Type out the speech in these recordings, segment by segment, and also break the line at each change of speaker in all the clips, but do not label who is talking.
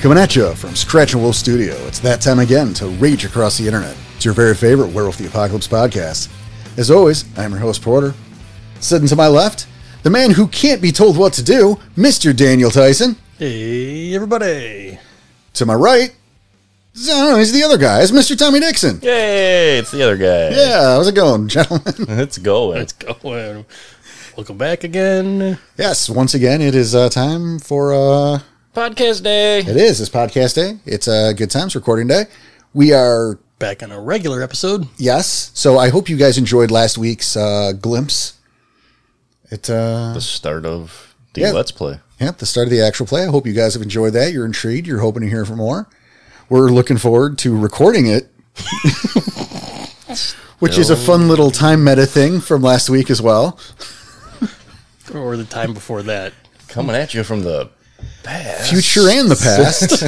Coming at you from Scratch and Wolf Studio, it's that time again to rage across the internet. It's your very favorite Werewolf the Apocalypse podcast. As always, I am your host, Porter. Sitting to my left, the man who can't be told what to do, Mr. Daniel Tyson.
Hey, everybody.
To my right, I don't know, he's the other guy. It's Mr. Tommy Dixon.
Yay, it's the other guy.
Yeah, how's it going, gentlemen?
It's going.
Let's go. in. Welcome back again.
yes, once again, it is uh, time for uh,
Podcast day.
it is it's podcast day. It's uh, good times recording day. We are
Back on a regular episode.
yes. So I hope you guys enjoyed last week's uh, glimpse. It uh,
The start of the
Yeah.
Let's Play.
Yep, the start of the actual play. I hope you guys have enjoyed that. You're intrigued. You're hoping to hear for more. We're looking forward to recording it, which is a fun little time meta thing from last week as well.
Or the time before that.
Coming at you from the past.
Future and the past.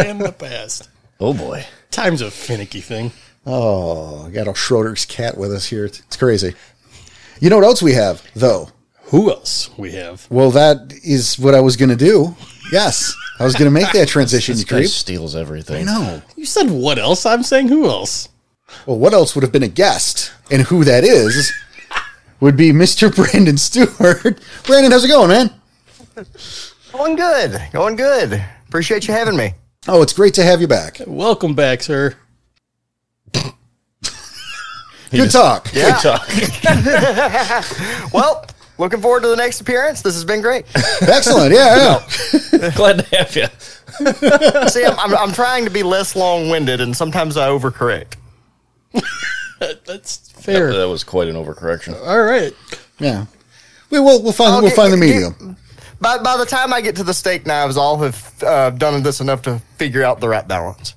In the past.
Oh boy.
Time's a finicky thing.
oh, I got a Schroeder's cat with us here. It's it's crazy. You know what else we have, though?
Who else we have?
Well, that is what I was going to do. Yes, I was going to make that transition, you
This guy
creep.
steals everything.
No.
You said what else? I'm saying who else?
Well, what else would have been a guest? And who that is would be Mr. Brandon Stewart. Brandon, how's it going, man?
Going good. Going good. Appreciate you having me.
Oh, it's great to have you back.
Welcome back, sir.
Good talk.
Good talk.
Well, looking forward to the next appearance. This has been great.
Excellent. Yeah, yeah.
Glad to have you.
See, I'm, I'm, I'm trying to be less long winded, and sometimes I overcorrect.
That- That's fair.
That was quite an overcorrection.
All right.
Yeah. We will we'll find we'll
Okay,
find the
okay.
medium.
By, by the time I get to the steak knives, I'll have uh, done this enough to figure out the right balance.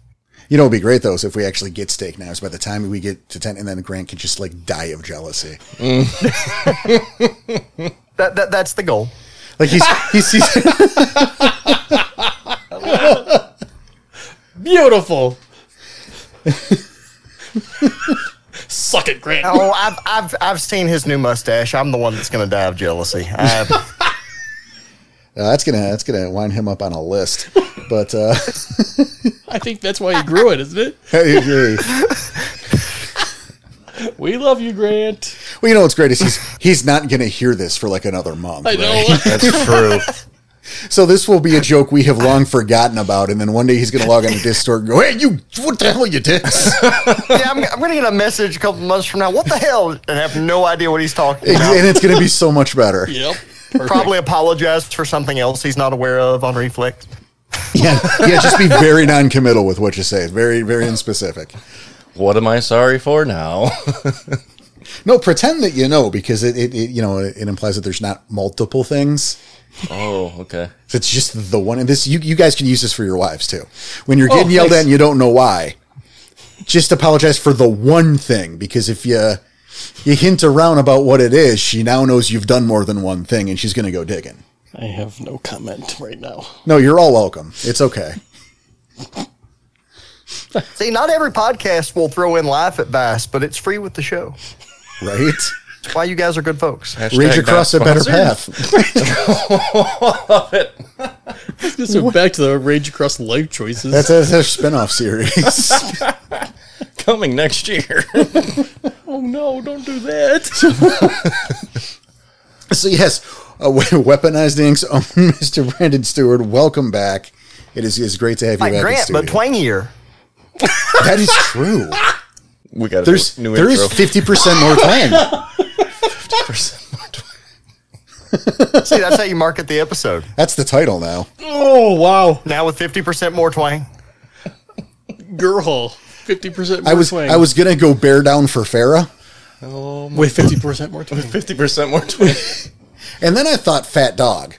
You know, it'd be great though is if we actually get steak knives by the time we get to ten, and then Grant can just like die of jealousy.
That, that That's the goal.
Like he's he's, he's
Beautiful. Suck it, Grant.
Oh, I've, I've, I've seen his new mustache. I'm the one that's going to die of jealousy. I,
Uh, that's gonna that's gonna wind him up on a list. But uh,
I think that's why you grew it, isn't it?
I agree.
We love you, Grant.
Well, you know what's great is he's he's not gonna hear this for like another month.
I know.
That's true.
So this will be a joke we have long forgotten about, and then one day he's going to log on to Discord and go, "Hey, you! What the hell, you dicks?"
yeah, I'm, I'm going to get a message a couple months from now. What the hell? And have no idea what he's talking about.
and it's going to be so much better.
Yep. Perfect.
Probably apologized for something else he's not aware of on Reflex.
Yeah, yeah. Just be very non-committal with what you say. Very, very unspecific.
what am I sorry for now?
No, pretend that you know because it, it, it you know, it implies that there's not multiple things.
oh, okay.
It's just the one. And this, you, you guys can use this for your wives too. When you're getting
Oh,
yelled at
thanks.
and you don't know why, just apologize for the one thing because if you you hint around about what it is, she now knows you've done more than one thing, and she's going to go digging.
I have no comment right now.
No, you're all welcome. It's okay.
See, not every podcast will throw in life advice, but it's free with the show.
Right?
That's why you guys are good folks.
Reach across a better path.
Just went back to the rage across life choices.
That's a, that's a spinoff series.
Coming next year.
oh no, don't do that.
so, yes, uh, we- Weaponized Inc.'s own Mr. Brandon Stewart, welcome back. It is, is great to have you
Like
back
Grant,
in
but
studio.
twangier.
that is true.
we got
There's
a new
there is
intro.
50% more time.
See, that's how you market the episode.
That's the title now.
oh wow,
Now with 50% more twang.
girl, fifty percent.
I was
twang.
I was going to go bear down for Farah,
with fifty percent more twang.
50% more twin.
and then I thought Fat Dog,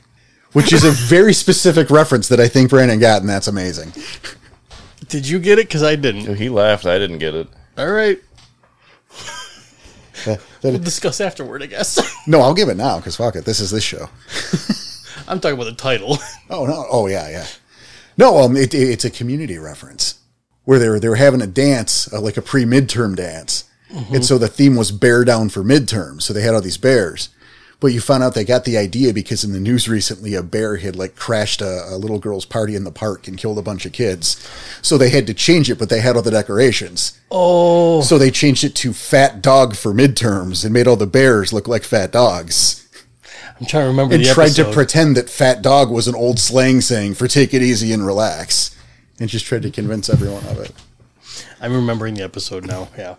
which is a very specific reference that I think Brandon got, and that's amazing.
Did you get it? Because I didn't.
he laughed. I didn't get it.
All right,
Uh, that-
we'll discuss afterward. I guess
no, I'll give it now because fuck it. This is this show.
I'm talking about the title.
Oh no! Oh yeah, yeah. No, um, it, it- it's a community reference where they were they were having a dance, uh, like a pre midterm dance, and so the theme was bear down for midterm. So they had all these bears, But you found out they got the idea because in the news recently, a bear had like crashed a, a little girl's party in the park and killed a bunch of kids. So they had to change it, but they had all the decorations. Oh. So they changed it to fat dog for midterms and made all the bears look like fat dogs
I'm trying to remember
and
the
tried to
episode.
pretend that fat dog was an old slang saying for take it easy and relax and just tried to convince everyone of it
I'm remembering the episode now. Yeah,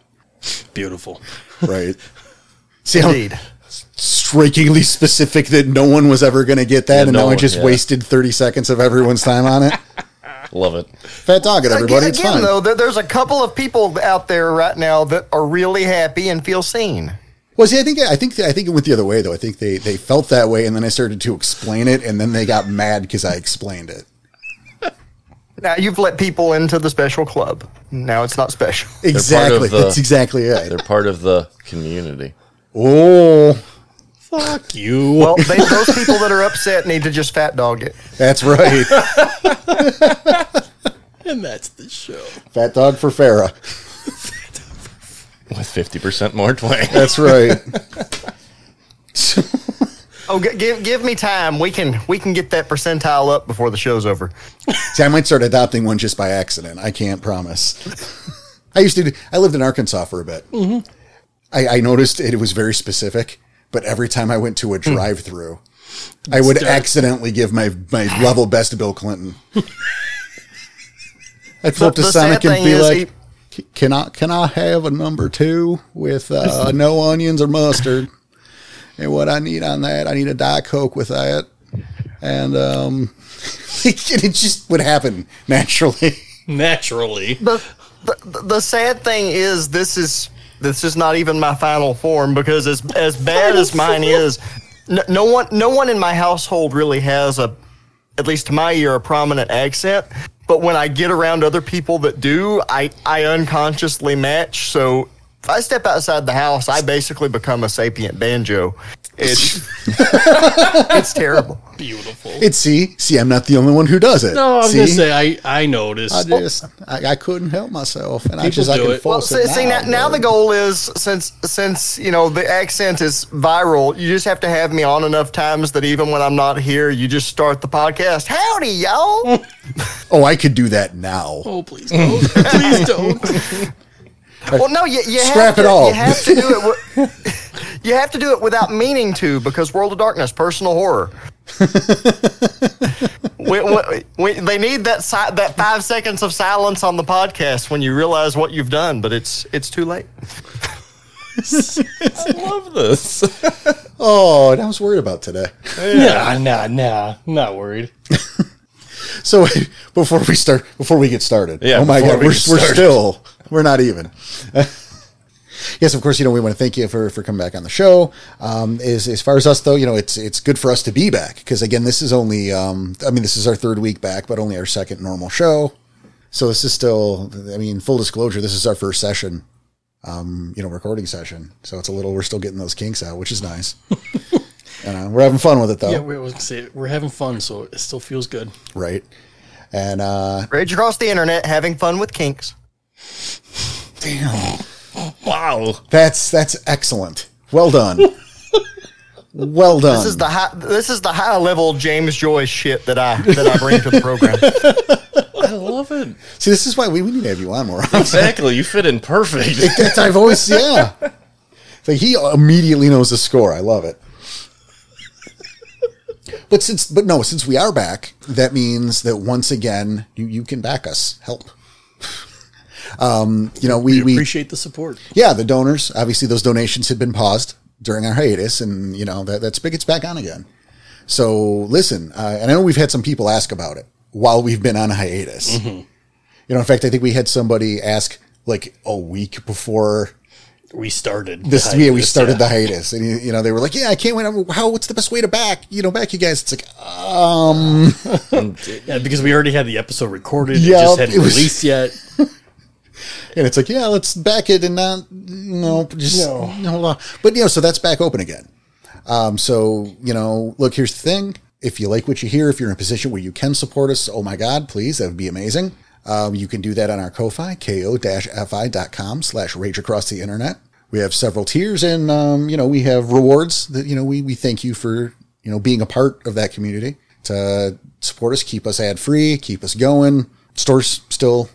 beautiful.
right see how
Indeed.
strikingly specific that no one was ever going to get that and
no
now i
one,
just
yeah.
wasted 30 seconds of everyone's time on it
Love it.
fat dog it everybody
Again,
it's fine
though, there, there's a couple of people out there right now that are really happy and feel seen.
well see i think i think i think it went the other way though i think they they felt that way and then i started to explain it and then they got mad because i explained it
Now you've let people into the special club. Now it's not special.
exactly
the-
that's exactly
They're
it
part of the community.
oh
Fuck you.
Well, they, those people that are upset need to just fat dog it.
that's right
and that's the show.
fat dog for farah
With 50% more twang.
that's right
Oh, g- give give me time. We can we can get that percentile up before the show's over.
See, I might start adopting one just by accident. I can't promise. I used to. do- I lived in Arkansas for a bit.
Mm-hmm.
I, I noticed it, was very specific, but every time I went to
Hmm.
a drive-through, I would
Start-
accidentally give my my level best to Bill Clinton. I'd
The-
flip to
the
Sonic
sad
and
thing
be
is
like, "C- "Can I can I have a number two with uh, no onions or mustard?" And what I need on that, I need a Diet Coke with that. And um, and it just would happen naturally.
Naturally.
the, the the sad thing is this is this is not even my final form because as as bad as mine is, no, no one no one in my household really has a at least to my ear a prominent accent. But when I get around other people that do, I I unconsciously match. So if I step outside the house, I basically become a sapient banjo. It's it's terrible.
Beautiful.
It's see, see, I'm not the only one who does it.
no, I'm
see,
gonna say I I noticed.
I just, I, I couldn't help myself, and I
People
just, I
do
can
it.
Well,
force
Oh, see,
it.
see now, now the goal is since since you know the accent is viral, you just have to have me on enough times that even when I'm not here, you just start the podcast. Howdy, y'all!
Oh, I could do that now.
oh, please don't. please don't.
well, no, you, you
Scrap
have
it
to,
all.
You have to do it. wi- you have to do it without meaning to because World of Darkness, personal horror. we, we, we, they need that si- that five seconds of silence on the podcast when you realize what you've done, but it's it's too late.
I love this.
Oh, and I was worried about today.
Nah, nah, nah. Not worried.
So before we start, before we get started,
Yeah,
oh my
before
God,
we
we're, we're
get started.
still, we're not even. yes, of course, you know we want to thank you for for coming back on the show. Um, as as far as us though, you know it's it's good for us to be back because again, this is only, um, I mean, this is our third week back, but only our second normal show. So this is still, I mean, full disclosure, this is our first session, um, you know, recording session. So it's a little, we're still getting those kinks out, which is nice. and uh, we're having fun with it though,
Yeah, we was gonna say we're having fun, so it still feels good.
right? And uh,
Rage across the internet, having fun with kinks.
damn.
Wow.
That's that's excellent. Well done. well done.
This is the high. This is the high level James Joyce shit that I that I bring to the program.
I love it.
See, this is why we, we need to have you on more often.
Exactly. You fit in perfect.
That's I've always yeah. It's Like he immediately knows the score. I love it. But since but no, since we are back, that means that once again you, you can back us. Help. Um, you know, we, we
Appreciate the support.
yeah, the donors, obviously those donations had been paused during our hiatus and you know, that, that spigot's back on again. So listen, uh, and I know we've had some people ask about it while we've been on hiatus.
Mm-hmm.
You know, in fact, I think we had somebody ask like a week before
We started.
this.
the
yeah, we
hiatus,
started
yeah.
the hiatus, and you, you know, they were like, "Yeah, I can't wait. I'm- How? What's the best way to back? You know, back you guys." It's like, um,
Yeah, because we already had the episode recorded.
Yeah,
it just hadn't
it was-
released yet.
and it's like, yeah, let's back it and not, no, just
No.
hold on. But you know, so that's back open again. Um, so you know, look, here's the thing: if you like what you hear, if you're in a position where you can support us, oh my God, please, that would be amazing. Um, you can do that on our Ko-fi, ko-fi.com slash rage across the internet. We have several tiers, and um, you know we have rewards that you know we we thank you for you know being a part of that community to support us, keep us ad free, keep us going. Stores still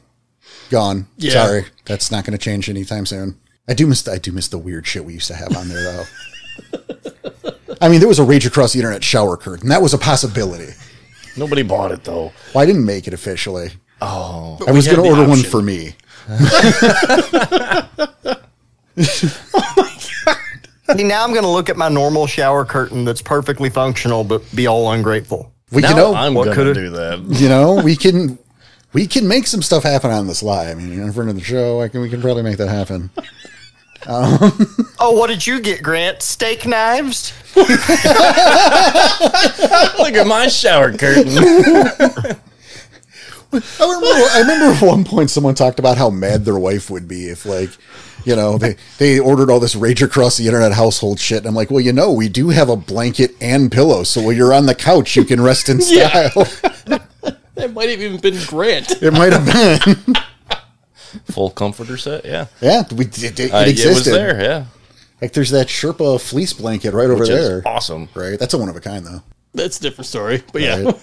gone.
Yeah.
Sorry, that's not going to change anytime soon. I do miss the, I do miss the weird shit we used to have on there though. I mean, there was a rage across the internet shower curtain. That was a possibility.
Nobody bought it though.
Well, I didn't make it officially.
Oh,
I was
had
going to
the
order one
option.
for me.
See, now I'm going to look at my normal shower curtain that's perfectly functional, but be all ungrateful.
We,
now
you know,
I'm
what
gonna
could've-
do that.
you know, we can we can make some stuff happen on this live. I mean, in front of the show, I can we can probably make that happen.
Oh, what did you get, Grant? Steak knives?
Look at my shower curtain.
I remember, I remember at one point someone talked about how mad their wife would be if, like, you know, they, they ordered all this rage across the internet household shit. And I'm like, well, you know, we do have a blanket and pillow. So while you're on the couch, you can rest in
Yeah.
style.
That might have even been Grant.
It might have been.
Full comforter set. Yeah,
Yeah, we, it, it
I-
existed.
it was there. Yeah,
Like, there's that Sherpa fleece blanket right over
which is
there.
awesome.
Right? That's a one of a kind, though.
That's a different story. But yeah.
Right.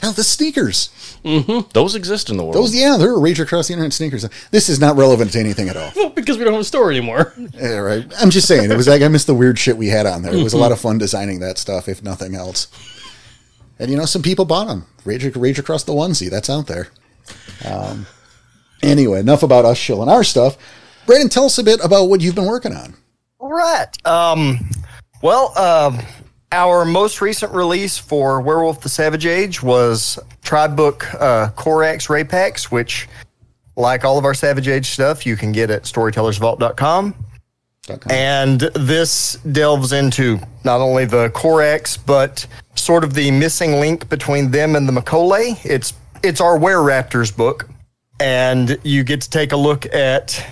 Now, the sneakers.
Those exist in the world.
Those, yeah, they're a rage across the internet sneakers. This is not relevant to anything at all.
Well, because we don't have a store anymore.
Yeah, right. I'm just saying, it was like I missed the weird shit we had on there. It was a lot of fun designing that stuff, if nothing else. And you know, some people bought them. Rage, Rage across the onesie. That's out there. Um, anyway, enough about us shilling our stuff. Brandon, tell us a bit about what you've been working on.
All right. Um, well, um, our most recent release for Werewolf the Savage Age was Tribe Book uh, Corax Ray Packs, which, like all of our Savage Age stuff, you can get at storytellersvault.com. And this delves into not only the Corax, but sort of the missing link between them and the Macaulay. It's it's our Were Raptors book, and you get to take a look at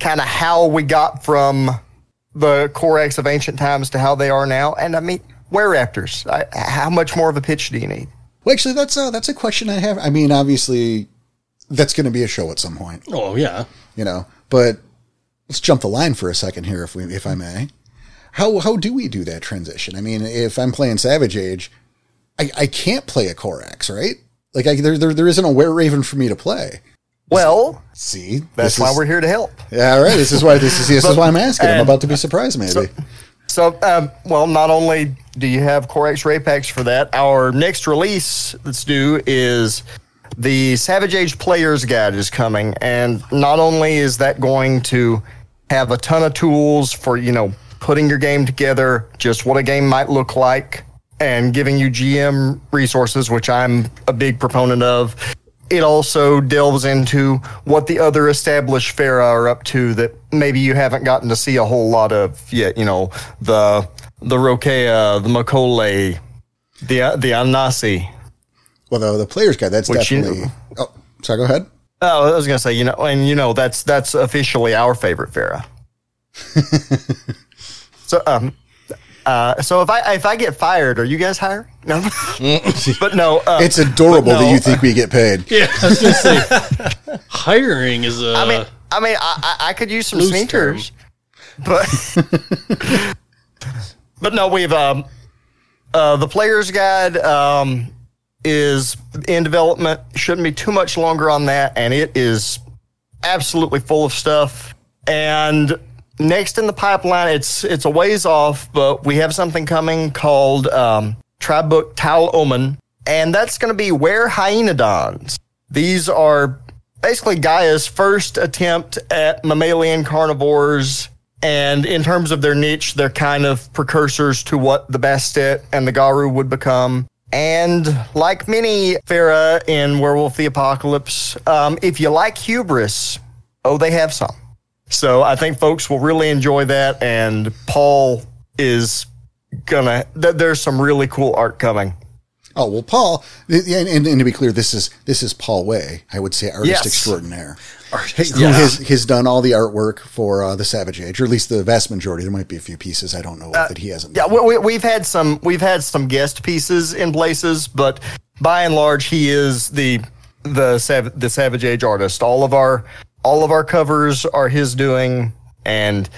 kind of how we got from the Corax of ancient times to how they are now. And I mean, Were Raptors. I, how much more of a pitch do you need?
Well, actually, that's a, that's a question I have. I mean, obviously, that's going to be a show at some point,
Oh, yeah.
you know. But let's jump the line for a second here, if we if I may. How how do we do that transition? I mean, if I'm playing Savage Age, I, I can't play a Korax, right? Like I, there, there there isn't a Were Raven for me to play.
Well,
See,
that's
This
why
is-
we're here to help.
Yeah, all right. This is why this is this is why I'm asking. I'm
and-
about to be surprised, maybe.
So, um, well, not only do you have Corex Ray Packs for that, our next release that's due is the Savage Age Player's Guide is coming. And not only is that going to have a ton of tools for, you know, putting your game together, just what a game might look like, and giving you GM resources, which I'm a big proponent of. It also delves into what the other established Pharaoh are up to that maybe you haven't gotten to see a whole lot of yet. You know, the the Rokea, the Macaulay, the the Anasi.
well, the, the player's guide. That's
Which you-
definitely. oh, sorry. Go ahead.
Oh, I was gonna say, you know, and you know, that's that's officially our favorite Farah. so, um, uh, so if I if I get fired, are you guys hiring? No, but no, uh,
It's adorable
but
that
no,
you think we get paid.
Yeah. I was going to say, hiring is uh, a.
I mean, I mean, I, I I could use some
Loose
sneakers, but but no, we've um, uh, the player's guide um is in development. Shouldn't be too much longer on that, and it is absolutely full of stuff. And next in the pipeline, it's it's a ways off, but we have something coming called um, Tribe Book Tal Omen, and that's going to be where hyenodons. These are basically Gaia's first attempt at mammalian carnivores. And in terms of their niche, they're kind of precursors to what the Bastet and the Garu would become. And like many Farah in Werewolf the Apocalypse, um, if you like hubris, oh, they have some. So I think folks will really enjoy that. And Paul is gonna, th- there's some really cool art coming.
Oh well, Paul, th- and, and, and to be clear, this is this is Paul Way. I would say artist
Yes.
extraordinaire, who has, has done all the artwork for uh, the Savage Age, or at least the vast majority. There might be a few pieces I don't know of that he hasn't.
Uh, Yeah,
done.
we, we, we've had some we've had some guest pieces in places, but by and large, he is the the sav- the Savage Age artist. All of our all of our covers are his doing, and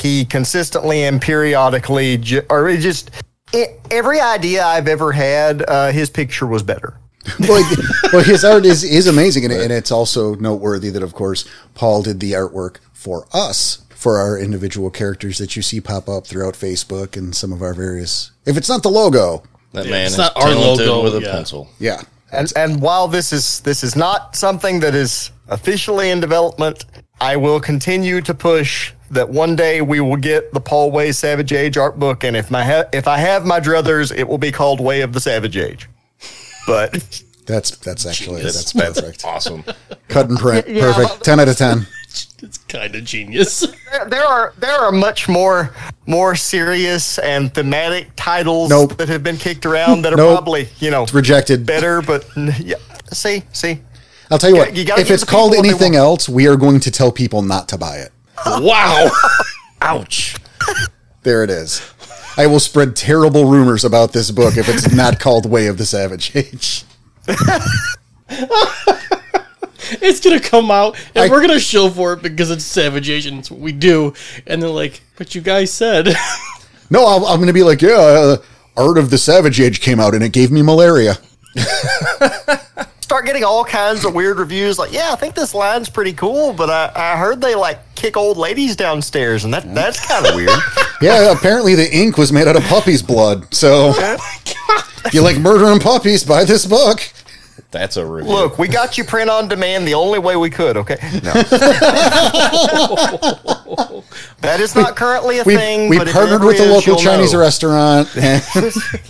he consistently and periodically, ju- or it just e every idea I've ever had, uh, his picture was better.
well, he- well, his art is, is amazing, and, and it's also noteworthy that, of course, Paul did the artwork for us for our individual characters that you see pop up throughout Facebook and some of our various. If it's not the logo,
That man
it's
is
not our
talented
logo,
with a
yeah.
pencil.
yeah,
And and while this is this is not something that is officially in development, I will continue to push that one day we will get the Paul Way Savage Age art book, and if my ha- if I have my druthers, it will be called Way of the Savage Age. But
that's that's actually that's
That's,
perfect.
awesome.
Cut and print,
Yeah, yeah, well-
perfect. Ten out of ten.
It's kind of genius.
there, there are there are much more more serious and thematic titles
Nope.
that have been kicked around that are
Nope.
probably you know
Rejected.
better, but n- yeah, see see.
I'll tell you what.
You gotta
if
give
it's
the people
called
what they
anything else, we are going to tell people not to buy it.
wow. Ouch.
There it is. I will spread terrible rumors about this book if it's not called Way of the Savage Age.
It's gonna come out, and
I-
we're gonna show for it because it's Savage Age and it's what we do. And they're like, "But you guys said
No, I'll, I'm going to be like, yeah, uh, Art of the Savage Age came out and it gave me malaria.
start getting all kinds of weird reviews like yeah i think this line's pretty cool but i, I heard they like kick old ladies downstairs and that that's kind of weird
Yeah, apparently the ink was made out of puppy's blood.
Oh
So if you like murdering puppies, buy this book.
That's a review.
look we got you print on demand the only way we could okay no that is not currently a
We,
thing
we
but if
partnered
it
with the
ever is,
local
you'll
Chinese
know.
restaurant. And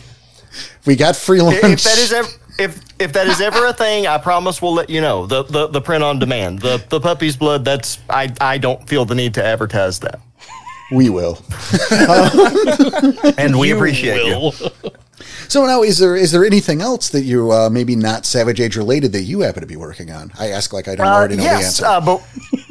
we got free lunch.
if that is ever if if that is ever a thing, I promise we'll let you know. The the, the print on demand, the the puppy's blood. That's I I don't feel the need to advertise that,
we will.
and we
you
appreciate you.
will."
So now, is there is there anything else that you uh, maybe not Savage Age related that you happen to be working on? I ask like I don't
Uh,
already know
yes,
the answer.
uh,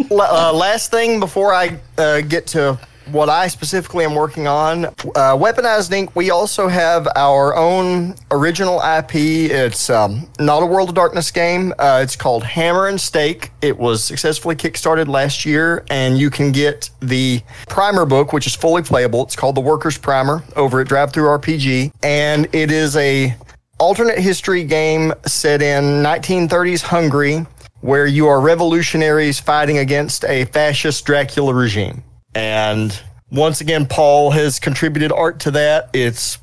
but la- uh, last thing before I uh, get to what I specifically am working on, uh, Weaponized Ink. We also have our own original IP. It's um, not a World of Darkness game. Uh, it's called Hammer and Stake. It was successfully kickstarted last year, and you can get the primer book, which is fully playable. It's called The Worker's Primer over at Drive Through RPG, and it is a alternate history game set in 1930s Hungary, where you are revolutionaries fighting against a fascist Dracula regime. And once again, Paul has contributed art to that. It's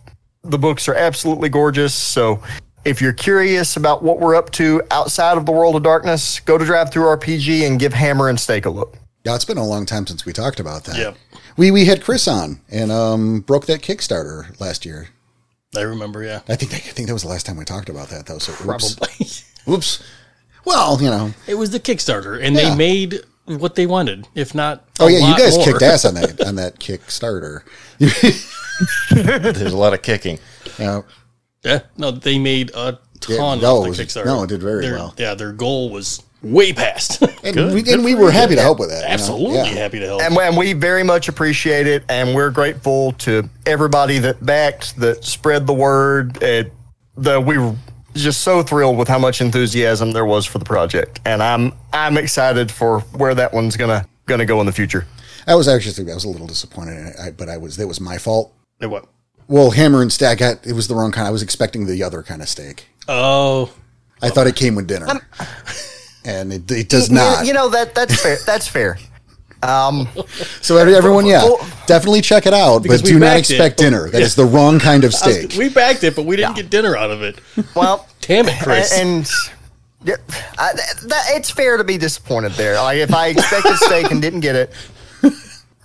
the books are absolutely gorgeous. So if you're curious about what we're up to outside of the world of darkness, go to Drive Through RPG and give Hammer and Stake a look.
Yeah, it's been a long time since we talked about that.
Yep.
We we had Chris on and um, broke that Kickstarter last year.
I remember, yeah,
I think that, I think that was the last time we talked about that. That was so oops.
probably.
Oops. Well, you know.
It was the Kickstarter, and
Yeah.
they made what they wanted, if not. a
Oh yeah, you
lot
guys
more.
kicked ass on that on that Kickstarter.
There's a lot of kicking.
Yeah.
Yeah, no, they made a
Yeah,
ton
no,
of
it
the
was-
Kickstarter.
no, it did very
Their-
well.
Yeah, their goal was way past.
And we, and we were happy to help with that. you know?
Absolutely
Yeah.
happy to help.
And, and we very much appreciate it. And we're grateful to everybody that backed, that spread the word. It, the, we were just so thrilled with how much enthusiasm there was for the project. And I'm, I'm excited for where that one's going to, going to go in the future.
I was actually I was a little disappointed, in it, I, but I was that was my fault.
And what?
Well, hammer and stack. I, it was the wrong kind. I was expecting the other kind of steak.
Oh,
I thought it came with dinner, and it, it does not.
Um, You know, that, that's fair. That's fair. Um,
so every- everyone, yeah,
well-
definitely check it out, but
Because we
do not
backed it,
expect
but-
dinner. That is the wrong kind of steak.
we backed it, but we didn't get dinner out of it.
well,
Damn it, Chris!
A- And, yeah, I, that, it's fair to be disappointed there. Like if I expected steak and didn't get it,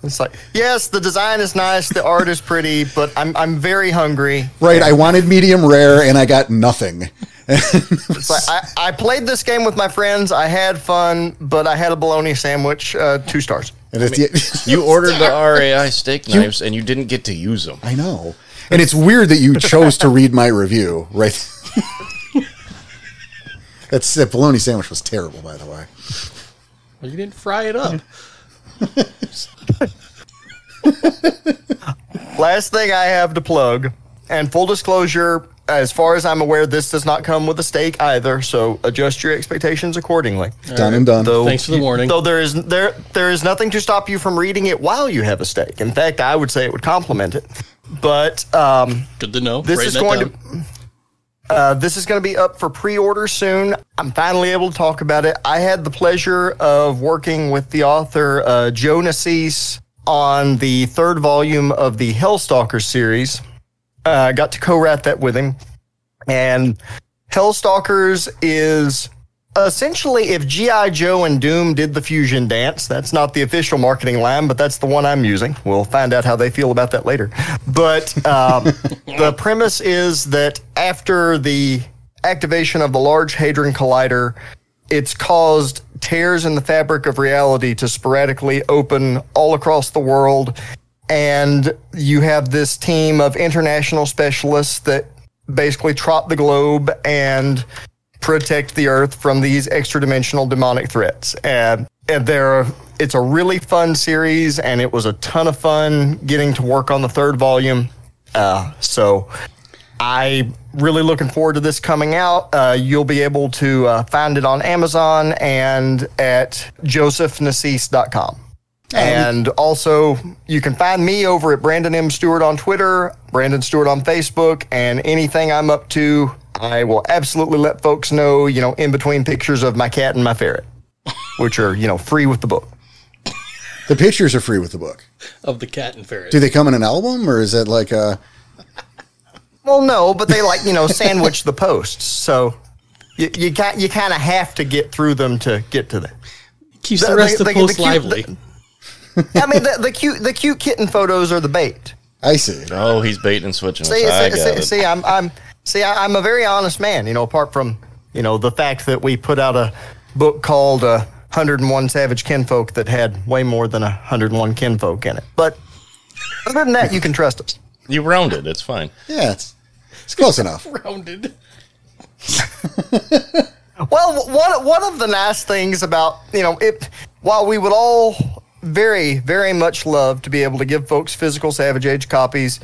it's like yes, the design is nice, the art is pretty, but I'm I'm very hungry.
right? I wanted medium rare, and I got nothing.
It's like I, I played this game with my friends. I had fun, but I had a bologna sandwich, uh, two stars.
And it's,
You ordered the RAI steak knives and you didn't get to use them.
I know, and it's weird that you chose to read my review, right? That's that bologna sandwich was terrible, by the way.
Well, you didn't fry it up.
Last thing I have to plug And full disclosure, as far as I'm aware, this does not come with a steak either. So adjust your expectations accordingly.
Done and done.
Though,
Thanks for the warning.
Though there is there there is nothing to stop you from reading it while you have a steak. In fact, I would say it would complement it. But um,
Good to know.
this
Writing
is
that
going
down.
to uh, this is going to be up for pre-order soon. I'm finally able to talk about it. I had the pleasure of working with the author uh, Joe Nassis on the third volume of the Hellstalker series. Uh, I got to co-write that with him, and Hellstalkers is essentially if GI Joe and Doom did the fusion dance. That's not the official marketing line, but that's the one I'm using. We'll find out how they feel about that later. But um, the premise is that after the activation of the Large Hadron Collider, it's caused tears in the fabric of reality to sporadically open all across the world. And you have this team of international specialists that basically trot the globe and protect the Earth from these extra dimensional demonic threats. And, and there, it's a really fun series, and it was a ton of fun getting to work on the third volume. Uh, so I really looking forward to this coming out. Uh, you'll be able to uh, find it on Amazon and at josephnacis.com. And also, you can find me over at Brandon M. Stewart on Twitter, Brandon Stewart on Facebook, and anything I'm up to, I will absolutely let folks know, you know, in between pictures of my cat and my ferret, which are, you know, free with the book.
The pictures are free with the book.
of the cat and ferret.
Do they come in an album or is it like a?
Well, no, but they like, you know, sandwich the posts. So you, you, ki- you kind of have to get through them to get to them.
Keeps
They-
the rest
they-
of the
they-
post
the cute-
lively.
I mean, the, the cute the cute kitten photos are the bait.
I see.
Oh, he's baiting and switching.
See,
us. I
see,
got
see,
it.
see, I'm I'm see, I, I'm a very honest man. You know, apart from you know the fact that we put out a book called uh, 101 Savage Kinfolk that had way more than 101 kinfolk in it. But other than that, you can trust us.
You rounded. It's fine.
Yeah, it's, it's close enough.
Rounded.
Well, w- one one of the nice things about you know it, while we would all very very much love to be able to give folks physical Savage Age copies,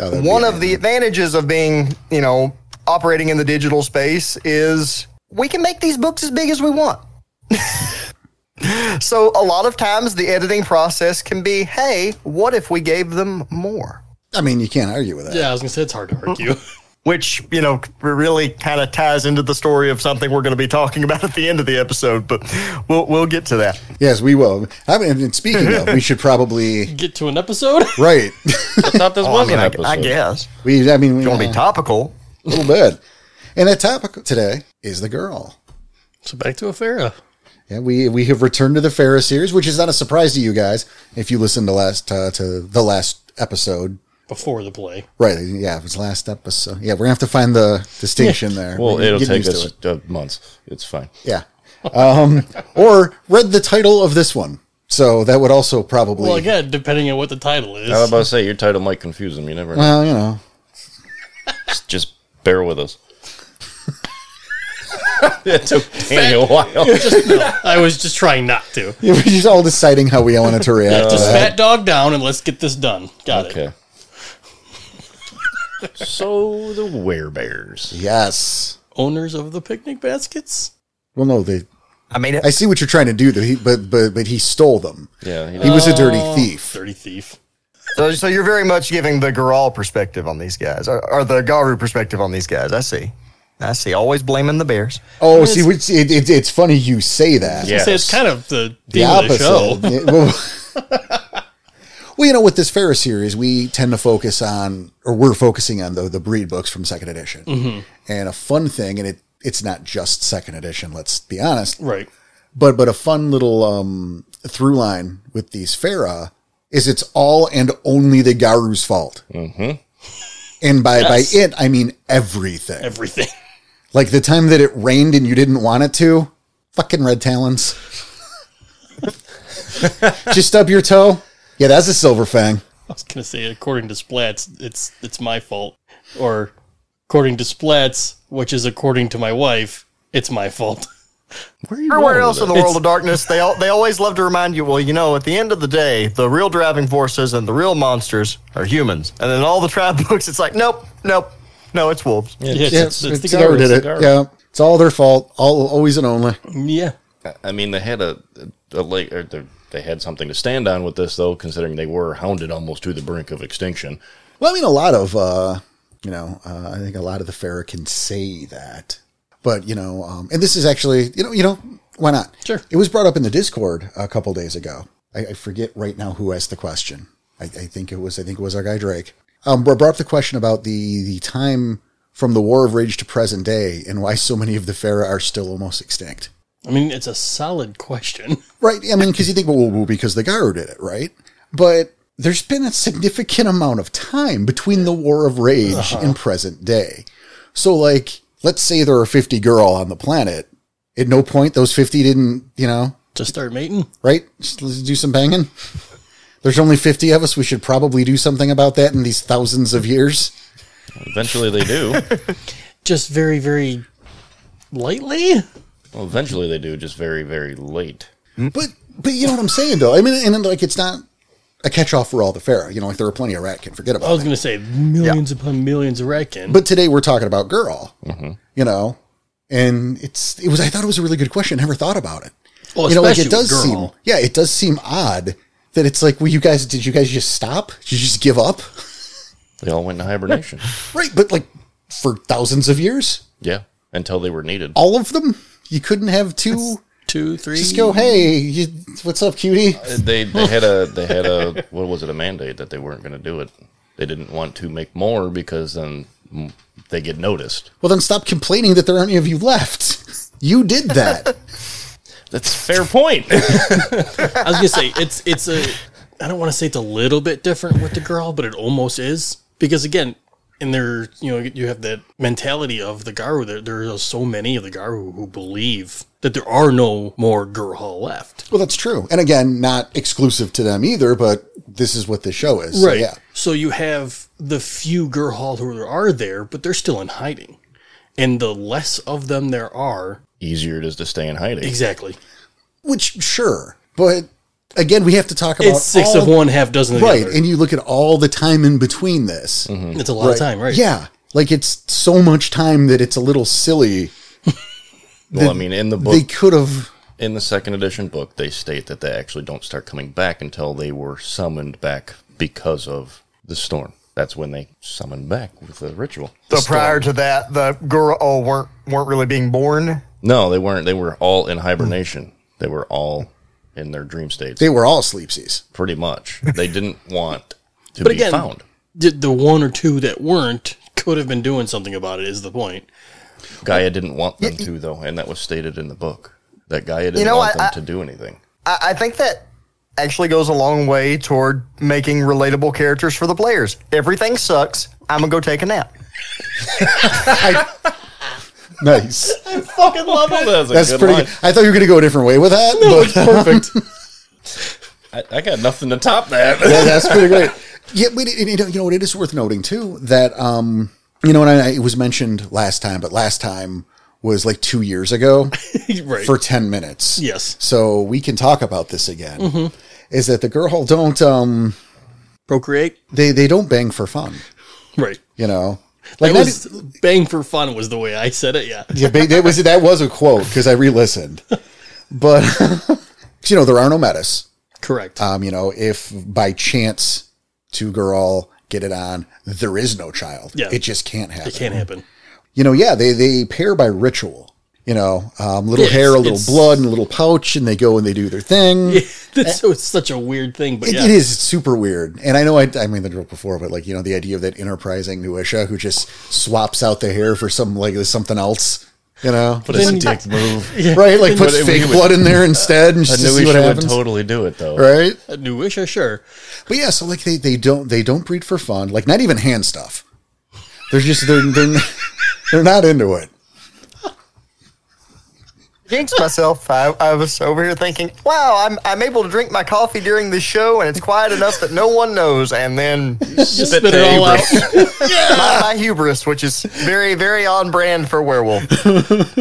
Oh, that'd be
one
it.
of the advantages of being, you know, operating in the digital space is we can make these books as big as we want. so a lot of times the editing process can be, hey, what if we gave them more?
I mean, you can't argue with that.
Yeah, I was gonna say it's hard to argue.
Which, you know, really kind of ties into the story of something we're going to be talking about at the end of the episode, but we'll we'll get to that.
Yes, we will. I mean, and speaking of, we should probably
Get to an episode.
right.
I thought this
Oh, I
was
mean,
an
I,
episode.
I guess.
we, I mean, we
Going to be topical.
a little bit. And that topic today is the girl.
so back to a Farah.
Yeah, we we have returned to the Farah series, which is not a surprise to you guys if you listened to last uh, to the last episode.
before the play.
Right? Yeah, it was last episode. Yeah, we're gonna have to find the distinction there.
Well,
We're
it'll
getting
take
used to
us
it.
uh, months. It's fine.
Yeah, um, or read the title of this one. So that would also probably.
Well, again, depending on what the title is.
I was about to say your title might confuse him. You never know.
well, you know,
Just bear with us. it took Daniel a while.
I was just trying not to.
we're just all deciding how we wanted to react to
Just
that.
fat dog down and let's get this done. Got it.
Okay. so the werebears.
Yes.
Owners of the picnic baskets.
Well, no, they.
I mean,
I see what you're trying to do, that he, but but but he stole them.
Yeah. You
He was a dirty thief.
Dirty thief.
So, so you're very much giving the Garal perspective on these guys, or, or the Garu perspective on these guys. I see. I see. Always blaming the bears.
Oh, see, we- see, it, it, it's funny you say that.
Yeah.
So it's kind of the
the
theme of the
opposite.
show.
Yeah, well, well, you know, with this Ferris series, we tend to focus on, or we're focusing on the the breed books from second edition. And a fun thing, and it it's not just second edition. Let's be honest,
Right.
but but a fun little um, through line with these Farah is it's all and only the Garu's fault. Mm-hmm. And by
Yes.
by it, I mean everything.
Everything.
Like the time that it rained and you didn't want it to, fucking red talons. Just stub your toe. Yeah, that's a silver fang.
I was gonna say, according to Splats, it's it's my fault. Or according to Splats, which is according to my wife, it's my fault.
Where are you
Everywhere
going
else
with
in the
it?
world of darkness, they al- they always love to remind you. Well, you know, at the end of the day, the real driving forces and the real monsters are humans. And in all the tribe books, it's like, nope, nope, no, it's wolves.
Yeah,
Yeah,
it's,
it's-
it's, it's the
Garu
Garu,
did
it's
it.
the Garu.
Yeah, it's all their fault. All always and only.
Yeah.
I mean, they had a, a lake, or they- they had something to stand on with this, though, considering they were hounded almost to the brink of extinction.
Well, I mean, a lot of uh, you know, uh, I think a lot of the Farah can say that, but you know, um, and this is actually, you know, you know, why not?
Sure.
It was brought up in the Discord a couple days ago. I, I forget right now who asked the question. I, I think it was, I think it was our guy Drake. Um, br- brought up the question about the the time from the War of Rage to present day and why so many of the Farah are still almost extinct.
I mean, it's a solid question.
Right. I mean, because you think, well, well, because the Garu did it, right? But there's been a significant amount of time between the War of Rage and present day. So, like, let's say there are 50 girl on the planet. At no point those 50 didn't, you know,
Just start mating.
right? Just let's do some banging. There's only 50 of us. We should probably do something about that in these thousands of years.
Eventually, they do.
Just very, very lightly.
well, eventually, they do, just very, very late.
But but you know what I'm saying though. I mean, and, then like it's not a catch all for all the Pharaoh. You know, like there are plenty of Ratkin. Forget about.
I was
that.
going to say millions upon millions of Ratkin.
but today we're talking about girl
Mm-hmm.
you know and it's it was i thought it was a really good question I never thought about it
Well,
you know like it
especially
does
with
seem
girl.
yeah it does seem odd that it's like well you guys did you guys just stop did you just give up
They all went into hibernation.
right but like for thousands of years
yeah, until they were needed.
all of them you couldn't have two
two, three.
just go hey you, what's up cutie
Uh, They they had a they had a what was it a mandate that they weren't going to do it. They didn't want to make more because then mm, they get noticed.
well then stop complaining that there aren't any of you left you did that
That's a fair point.
I was gonna say it's it's a. I don't want to say it's a little bit different with the girl, but it almost is because again, in their you know you have that mentality of the Garu. There, there are so many of the Garu who believe that there are no more Gurhal left.
well that's true and again not exclusive to them either but this is what this show is so, yeah
So you have the few Gurhal who there are there, but they're still in hiding, and the less of them there are,
Easier it is to stay in hiding.
exactly.
Which sure, but again, we have to talk about
It's six
all-
of one, half dozen of
right?
the other.
And you look at all the time in between this,
it's a lot of time, Mm-hmm. right?
Yeah, like it's so much time that it's a little silly.
Well, I mean, in the book,
They could have
in the second edition book, they state that they actually don't start coming back until they were summoned back because of the storm. That's when they summoned back with the ritual.
So prior to that, the girl all weren't weren't really being born.
No, they weren't. They were all in hibernation. They were all in their dream states,
they were all sleepsies.
pretty much. They didn't want to
But
be
again,
found.
the, the one or two that weren't could have been doing something about it. Is the point?
Gaia didn't want them to, though, and that was stated in the book. That Gaia didn't
know,
want
I-
them
I-
to do anything.
I, I think that actually goes a long way toward making relatable characters for the players. Everything sucks. I'm gonna go take a nap.
Nice.
Fucking love it.
That's,
That's pretty. I thought you were going to go a different way with that, but
Perfect.
I, I got nothing to top that.
yeah, that's pretty great. Yeah, but it, it- you know what? It is worth noting too that um, you know, and I, it was mentioned last time, but last time was like two years ago.
right.
for 10 minutes.
Yes. Mm-hmm.
So we can talk about this again. Is that the girl don't um
Procreate.
they they don't bang for fun,
Right.
you know.
Like
Like that
it was bang for fun was the way I said it. Yeah.
yeah, ba- that was that was a quote cuz I re-listened. But you know, there are no metas.
Correct.
Um, you know, if by chance two girl get it on, there is no child.
Yeah.
It just can't happen.
it can't happen.
You know, yeah, they they pair by ritual. You know, um, little
Yeah,
hair, a
it's-
little
it's-
blood, and a little pouch, and they go and they do their thing.
That's, so it's such a weird thing, but
uh, It,
yeah.
it is super weird, and I know I, I made the joke before, but like you know the idea of that enterprising Nuisha who just swaps out the hair for some like something else, you know,
But it's a dick move.
right? Like puts
But it-
fake
we would-
blood in there instead, and just
I knew
see
we
what
would
happens,
totally do it, though.
right?
A new wish, uh, sure.
But yeah, so like they, they don't they don't breed for fun, like not even hand stuff. They're just they're they're, they're not into it.
jinxed myself. I, I was over here thinking, wow, I'm, I'm able to drink my coffee during the show and it's quiet enough that no one knows. And then
Just spit it all out.
my, my hubris, which is very, very on brand for werewolf.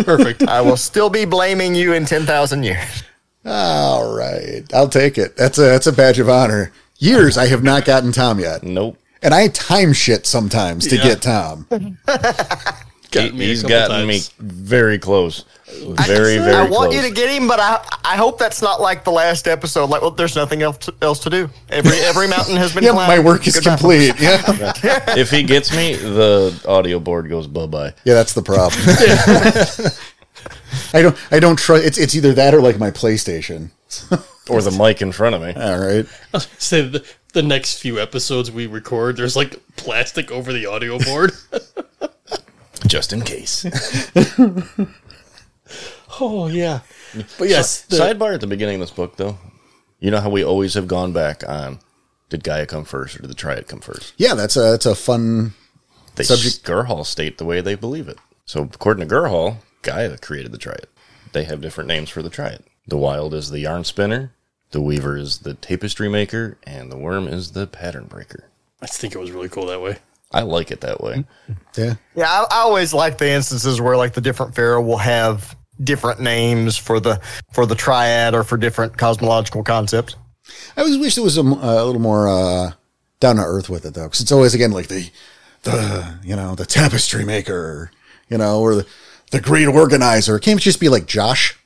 Perfect.
I will still be blaming you in 10,000 years.
All right, I'll take it. That's a that's a badge of honor. Years I have not gotten Tom yet,
Nope.
and I time shit sometimes to
Yeah.
get Tom.
Got me a
he, has
couple
gotten
times.
me very close. Very, very
I want
close.
you to get him, but I I hope that's not like the last episode. Like, well, there's nothing else to, else to do. Every every mountain has been
Yeah,
climbed.
my work is
Goodbye.
complete. Yeah,
if he gets me, the audio board goes bye bye.
yeah, that's the problem. I don't I don't trust. It's it's either that or like my PlayStation.
Or the mic in front of me.
All right,
Say the, the next few episodes we record, there's like plastic over the audio board.
Just in case.
oh yeah, but yes, the-
Sidebar at the beginning of this book, though. You know how we always have gone back on did Gaia come first or did the Triad come first?
yeah, that's a that's a fun.
They
Subject-
Subject- Gerhall state the way they believe it. So, according to Gerhall, Gaia created the Triad. They have different names for the Triad. The Wild is the yarn spinner, the Weaver is the tapestry maker, and the Worm is the pattern breaker.
I just think it was really cool that way.
I like it that way.
Yeah,
Yeah, I, I always like the instances where like the different pharaoh will have different names for the for the triad or for different cosmological concepts.
I always wish there was a, m- a little more uh, down to earth with it though, because it's always again like the the you know the tapestry maker, you know, or the the great organizer. Can't it just be like Josh?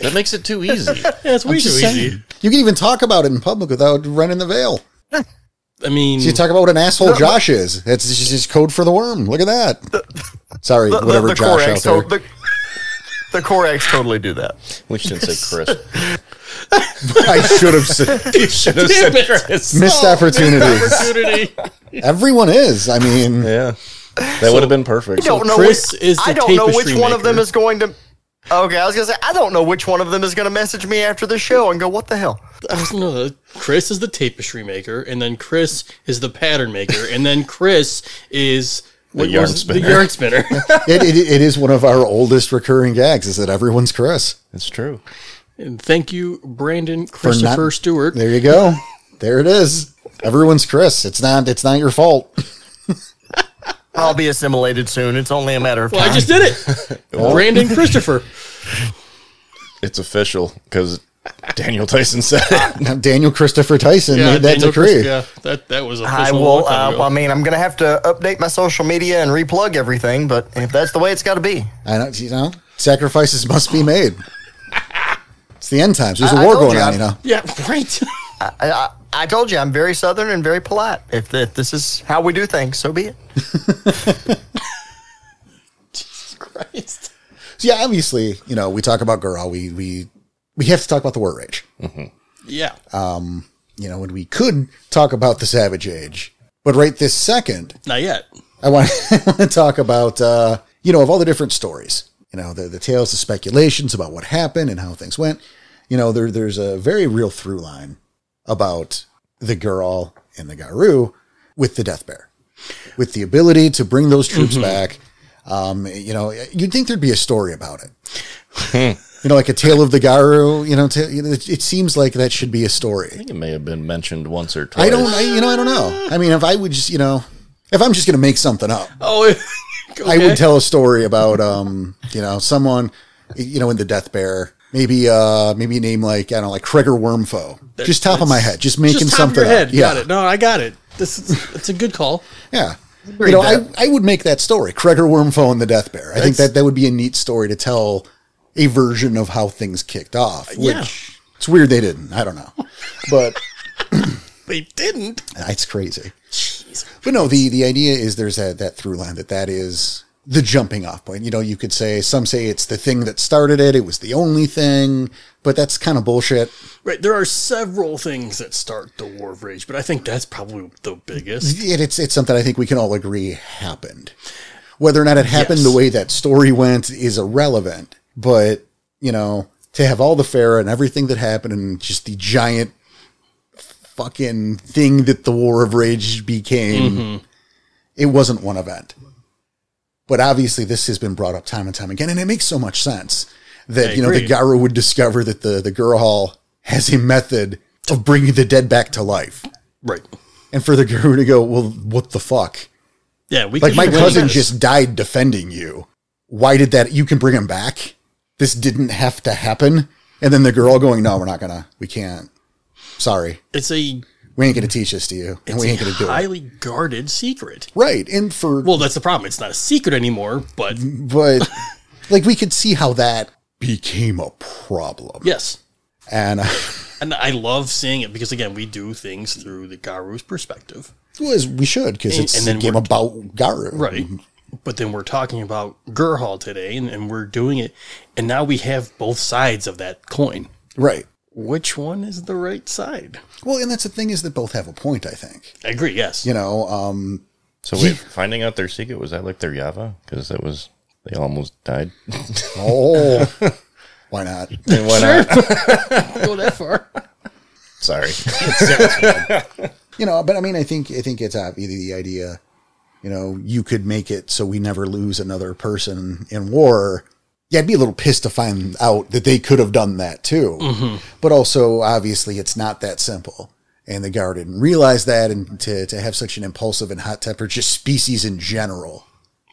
That makes it too easy.
Yeah, it's way too
Just
easy.
saying. You can even talk about it in public without running the veil.
I mean,
You talk about what an asshole Josh is. That's just, just code for the worm. Look at that. Sorry,
The,
whatever
the, the
Josh
Korax
out there.
to- the, the Korax totally do that.
we shouldn't say Chris.
I should have said,
should have
Damn it.
missed opportunity.
opportunity.
Everyone is. I mean,
Yeah. That would have been perfect.
I don't know.
Chris
which,
is the
I don't know which
tapestry
one of them
maker.
is going to. Okay, I was gonna say I don't know which one of them is going to message me after the show and go, "What the hell."
I was no. Chris is the tapestry maker, and then Chris is the pattern maker, and then Chris is what
yarn
was- The
spinner.
yarn spinner.
it, it, it is one of our oldest recurring gags is that everyone's Chris.
It's true.
and thank you, Brandon Christopher Stewart.
There you go. There it is. Everyone's Chris. It's not. It's not your fault.
I'll be assimilated soon. It's only a matter of time.
I just did it, Brandon Christopher.
It's official because Daniel Tyson said it.
Daniel Christopher Tyson made that
Daniel
decree.
Chris- yeah, that that was official.
I
a
will.
long time
Uh,
ago.
I mean, I'm going to have to update my social media and replug everything. But if that's the way it's got to be,
I know. You know, sacrifices must be made. It's the end times. There's a
I- I
war
told
going
you,
on.
I-
You know.
yeah, right.
I, I, I told you I'm very southern and very polite. If, if this is how we do things, so be it.
Christ.
So yeah, obviously, you know, we talk about girl. We we we have to talk about the war rage.
Yeah.
Uh, You know, and we could talk about the savage age, but right this second,
Not yet.
I want I want to talk about uh, you know of all the different stories. You know, the the tales, the speculations about what happened and how things went. You know, there there's a very real through line about the girl and the Garu with the Death Bear, with the ability to bring those troops back. Um, you know, you'd think there'd be a story about it. you know, like a tale of the Garu. You know, ta- you know, it, it seems like that should be a story.
It may have been mentioned once or twice.
I don't. I, you know, I don't know. I mean, if I would just, you know, if I'm just going to make something up.
Oh,
I
okay.
would tell a story about um, you know, someone you know in the Death Bear. Maybe uh maybe a name like I don't know, like Kreger Wormfoe. just top of my head, just making
Just top
something
of your head.
up. Yeah.
Got it. No, I got it. This is it's a good call.
Yeah. You know, I, I would make that story, Kreger Wormfoe and the Death Bear. I think that that would be a neat story to tell a version of how things kicked off, which
Yeah.
it's weird they didn't. I don't know. But
They didn't.
It's crazy. But no, the the idea is there's that that through line that that is the jumping off point. You know, you could say some say it's the thing that started it. It was the only thing, but that's kind of bullshit.
Right. There are several things that start the War of Rage, but I think that's probably the biggest.
It, it's it's something I think we can all agree happened. Whether or not it happened
Yes.
the way that story went is irrelevant. But you know, to have all the fair and everything that happened and just the giant fucking
Mm-hmm.
thing that the War of Rage became, it wasn't one event. But obviously, this has been brought up time and time again, and it makes so much sense that
I
you know the
agree.
Garu would discover that the the Gurhal has a method of bringing the dead back to life,
Right.
and for the Garu to go, well, what the fuck?
Yeah, we
Like
could
my
win
cousin
this.
just died defending you. Why did that? You can bring him back. This didn't have to happen. And then the girl going, no, we're not gonna. We can't. Sorry,
it's a
we ain't gonna teach this to you, and
it's
we ain't
a
gonna do it.
highly guarded secret.
Right. And for
Well, that's the problem. It's not a secret anymore, but
but like we could see how that became a problem.
yes.
And uh,
And I love seeing it because again, we do things through the Garu's perspective.
well, as we should because
And-
it's
and then
a game
we're-
about Garu.
Right.
Mm-hmm.
But then we're talking about Gerhall today and, and we're doing it and now we have both sides of that coin.
Right.
Which one is the right side?
Well, and that's the thing is that both have a point. I think
I agree, yes.
you know. Um,
So wait, finding out their secret was that like their Yava? Because that was they almost died.
oh, why not?
and why not?
Go that far.
Sorry.
you know but i mean i think i think it's obvious the idea you know you could make it so we never lose another person in war yeah i'd be a little pissed to find out that they could have done that too but also obviously it's not that simple and the guard didn't realize that and to, to have such an impulsive and hot temper just species in general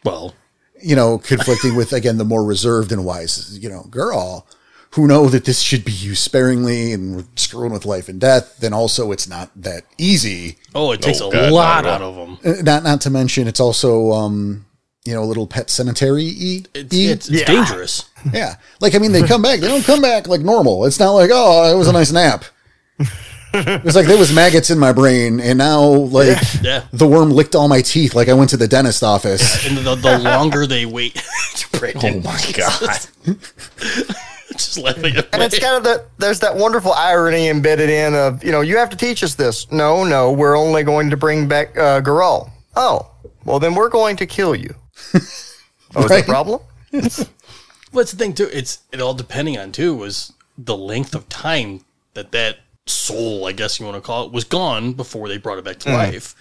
Well,
you know conflicting with again the more reserved and wise you know girl who know that this should be used sparingly and we're screwing with life and death then also it's not that easy
oh, it takes
Oh,
a
God,
lot
no, no.
out of them.
uh, not not to mention it's also um you know a little pet cemetery e
It's, it's, it's
Yeah.
dangerous.
yeah like i mean they come back they don't come back like normal it's not like oh it was a nice nap it's like there was maggots in my brain and now like
Yeah.
the worm licked all my teeth like i went to the dentist office
And the, the longer they wait to break
oh my god.
just laughing at
And it's
my-
kind of that there's that wonderful irony embedded in of you know you have to teach us this. No, no, we're only going to bring back uh, Garol. Oh, well then we're going to kill you. Oh, is
Right.
the problem?
What's the thing too? It's it all depending on too was the length of time that that soul, I guess you want to call it, was gone before they brought it back to life.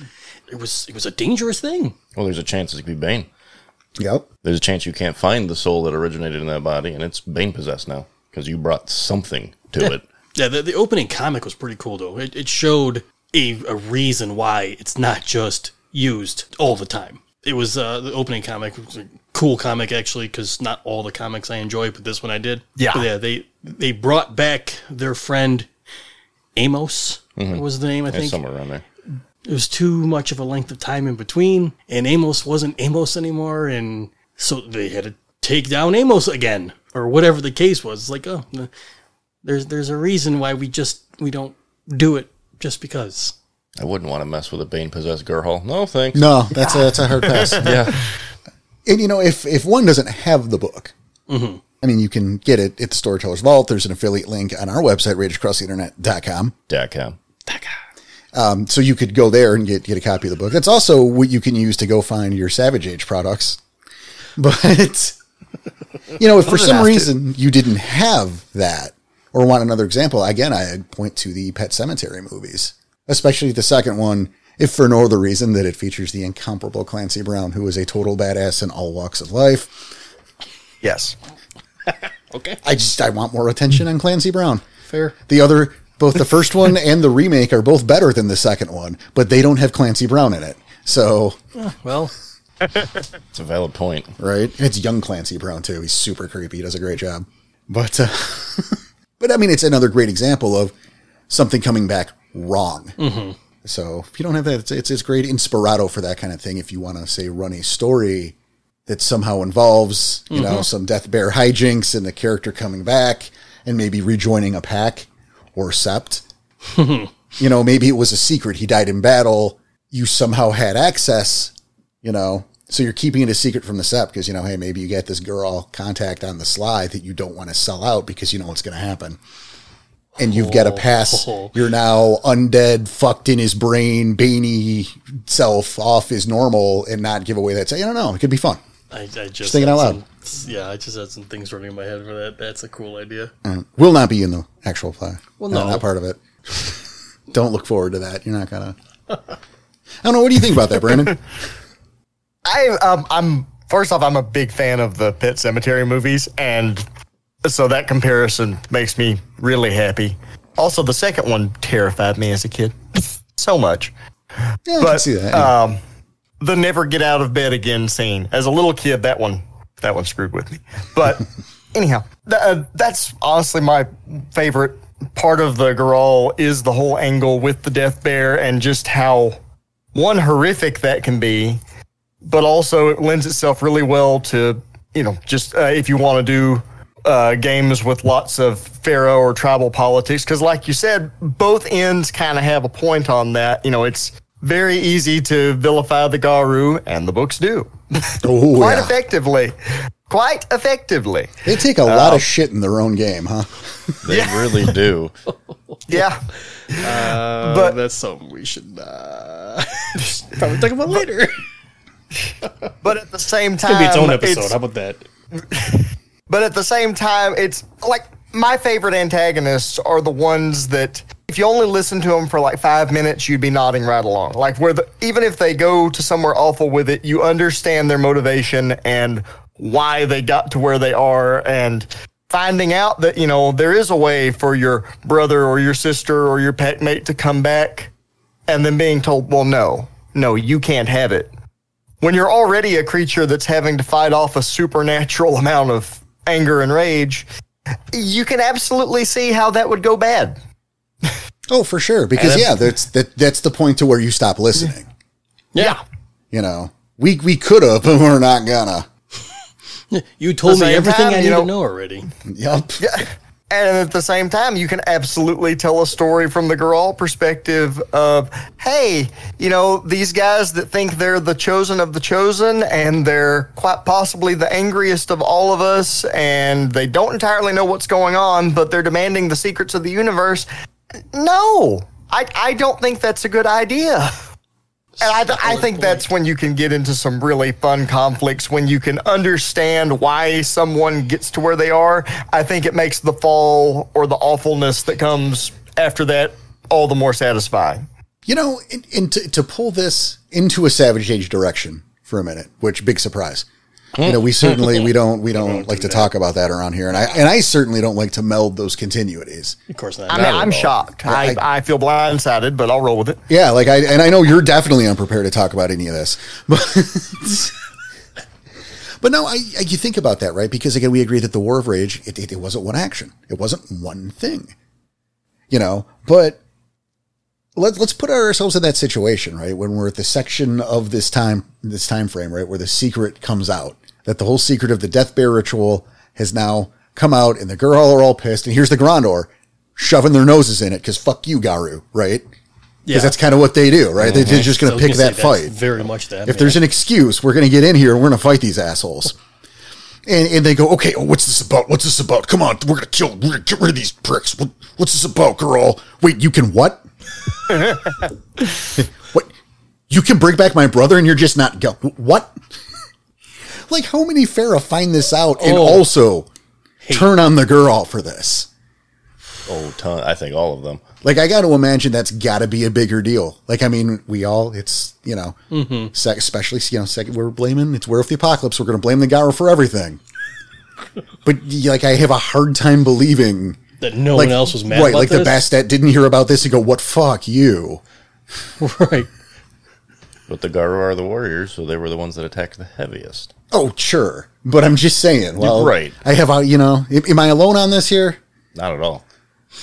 It was it was a dangerous thing.
Well, there's a chance it could be Bane.
yep
There's a chance you can't find the soul that originated in that body, and it's Bane possessed now because you brought something to it.
Yeah, the, the opening comic was pretty cool though. It, it showed a, a reason why it's not just used all the time. It was uh, the opening comic was a cool comic actually because not all the comics I enjoy, but this one I did.
Yeah.
But yeah. They they brought back their friend Amos was the name I
It's
think.
somewhere around there.
it was too much of a length of time in between, and Amos wasn't Amos anymore, and so they had to take down Amos again, or whatever the case was. It's like, oh, no, there's there's a reason why we just we don't do it just because.
I wouldn't want to mess with a Bane possessed Gerhol. No, thanks.
no that's a that's a hard pass
Yeah.
and you know if if one doesn't have the book
Mm-hmm.
i mean you can get it at the storyteller's vault there's an affiliate link on our website rageacrosstheinternet.com
Dacom.
um, so you could go there and get get a copy of the book that's also what you can use to go find your savage age products but you know if for
Other
some
than that,
reason you didn't have that or want another example again i point to the pet cemetery movies especially the second one if for no other reason that it features the incomparable clancy brown who is a total badass in all walks of life
Yes.
Okay,
I just I want more attention on Clancy Brown.
fair.
The other, both the first one and the remake are both better than the second one, but they don't have Clancy Brown in it. So
Well,
It's a valid point.
right, it's young Clancy Brown too. He's super creepy. He does a great job. But uh, but I mean, it's another great example of something coming back wrong. So if you don't have that, it's it's, it's great inspirato for that kind of thing. If you want to say run a story that somehow involves you know some death bear hijinks and the character coming back and maybe rejoining a pack or sept. you know, maybe it was a secret. He died in battle. You somehow had access. You know. So you're keeping it a secret from the sept because you know, hey, maybe you get this girl contact on the sly that you don't want to sell out because you know what's going to happen, and you've got a pass
Oh.
you're now undead, fucked in his brain, baney self off his normal, and not give away that. Say, I don't know. It could be fun.
I, I just,
thinking
had
out loud.
some- yeah, I just had some things running in my head for that. That's a cool idea.
Will not be in the actual play.
Well,
Uh,
no.
not part of it. don't look forward to that. You're not gonna. I don't know. What do you think about that, Brandon?
I um, I'm First off, I'm a big fan of the Pet Cemetery movies, and so that comparison makes me really happy. Also, the second one terrified me as a kid so much.
Yeah, I can
But
see that. yeah.
um, the never get out of bed again scene. As a little kid, that one that one screwed with me. But anyhow, th- uh, that's honestly my favorite part of the Garol is the whole angle with the death bear and just how one horrific that can be, but also it lends itself really well to you know just uh, if you want to do uh, games with lots of pharaoh or tribal politics because like you said both ends kind of have a point on that you know it's very easy to vilify the garu and the books do
oh,
quite
yeah.
effectively quite effectively
They take a lot of shit in their own game, huh?
They really do.
yeah
but that's something we should uh, probably talk about later.
but at the same time
Could be its own episode.
Um, it's-
How about that?
But at the same time, it's like my favorite antagonists are the ones that if you only listen to them for like five minutes, you'd be nodding right along. Like where the, even if they go to somewhere awful with it, you understand their motivation and why they got to where they are and finding out that, you know, there is a way for your brother or your sister or your pet mate to come back and then being told, well, no, no, you can't have it when you're already a creature that's having to fight off a supernatural amount of anger and rage, you can absolutely see how that would go bad.
Oh, for sure. Because yeah, that's that that's the point to where you stop listening.
Yeah.
You know, we we could have, but we're not gonna.
You told me
same
everything
time,
I
you
need
know-
to know already.
Yup.
And at the same time, you can absolutely tell a story from the girl perspective of, hey, you know, these guys that think they're the chosen of the chosen and they're quite possibly the angriest of all of us and they don't entirely know what's going on, but they're demanding the secrets of the universe. No, I, I don't think that's a good idea. And I, th- I think that's when you can get into some really fun conflicts when you can understand why someone gets to where they are. I think it makes the fall or the awfulness that comes after that all the more satisfying.
You know, and, and to, to pull this into a Savage Age direction for a minute, which big surprise. You know, we certainly we don't we Hmm. don't, like to talk about that around here, and I and I certainly don't like to meld those continuities.
Of course not.
I mean,
Not at
I'm
all.
shocked. I, I feel blindsided, but I'll roll with it.
Yeah, like I and I know you're definitely unprepared to talk about any of this, but but no, I, I you think about that right because again we agreed that the War of Rage it, it, it wasn't one action, it wasn't one thing, you know. But let's let's put ourselves in that situation right when we're at the section of this time this time frame right where the secret comes out that the whole secret of the Death Bear ritual has now come out and the girl are all pissed and here's the Grandor shoving their noses in it because fuck you Garu right
yeah.
because that's kind of what they do, right? They- They're just going to
I was
pick
gonna say
that fight.
that's Very much that.
If there's an excuse, we're going to get in here and we're going to fight these assholes. And, and they go, okay, oh, what's this about? What's this about? Come on, we're going to kill, we're going to get rid of these pricks. What, what's this about, girl? Wait, you can what? what? You can bring back my brother and you're just not go. What? like, how many Farah find this out and
Oh.
also turn on the girl for this?
Oh, ton. I think all of them.
Like I got to imagine that's got to be a bigger deal. Like I mean, we all it's you know,
Mm-hmm.
sec- especially you know, second we're blaming it's where of the apocalypse. We're going to blame the Gara for everything. but y- like I have a hard time believing
that no
like
one else was mad
right,
about
like the
this.
Bastet didn't hear about this and go, "What fuck you?"
right.
But the Garu are the warriors, so they were the ones that attacked the heaviest.
Oh, sure, but I'm just saying. Well,
right.
I have a you know, am, am I alone on this here?
Not at all.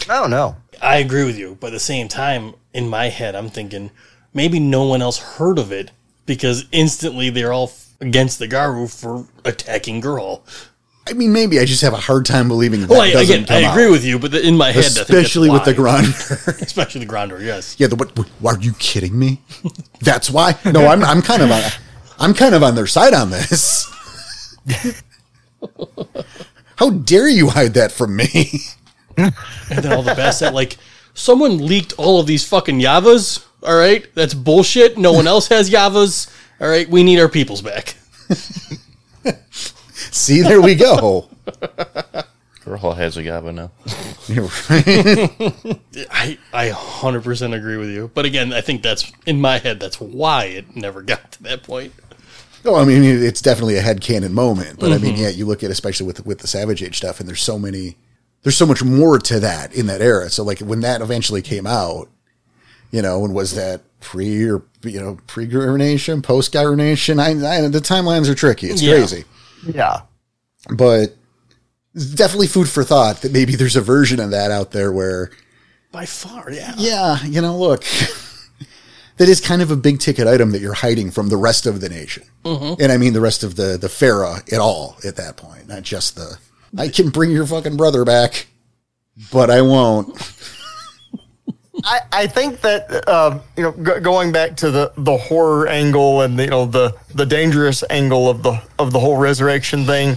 I don't know.
I agree with you, but at the same time, in my head, I'm thinking maybe no one else heard of it because instantly they're all f- against the Garu for attacking Girl.
I mean, maybe I just have a hard time believing that
Well, I,
doesn't
again,
come
I agree
out.
with you, but the, in my head, I think that's
especially with the
why.
grinder.
especially the Grandor. Yes,
Yeah, the what, what- Are you kidding me? That's why. No, I'm I'm kind of on, I'm kind of on their side on this. How dare you hide that from me?
and then all the best at like someone leaked all of these fucking Yavas. All right, that's bullshit. No one else has Yavas. All right, we need our peoples back.
See, there we go.
Garhol has a Yaba now.
You're right.
I I hundred percent agree with you, but again, I think that's in my head. That's why it never got to that point.
No, I mean it's definitely a headcanon moment, but I mean, yeah, you look at especially with with the Savage Age stuff, and there's so many, there's so much more to that in that era. So like when that eventually came out, you know, and was that pre or you know pre Gurnation, post Gurnation? I, I the timelines are tricky. It's
Yeah.
crazy,
Yeah.
but it's definitely food for thought that maybe there's a version of that out there where
By far, yeah.
yeah, you know, look, that is kind of a big ticket item that you're hiding from the rest of the nation, and I mean the rest of the the Farah at all at that point, not just the I can bring your fucking brother back, but I won't.
I, I think that uh, you know g- going back to the, the horror angle and the, you know the the dangerous angle of the of the whole resurrection thing,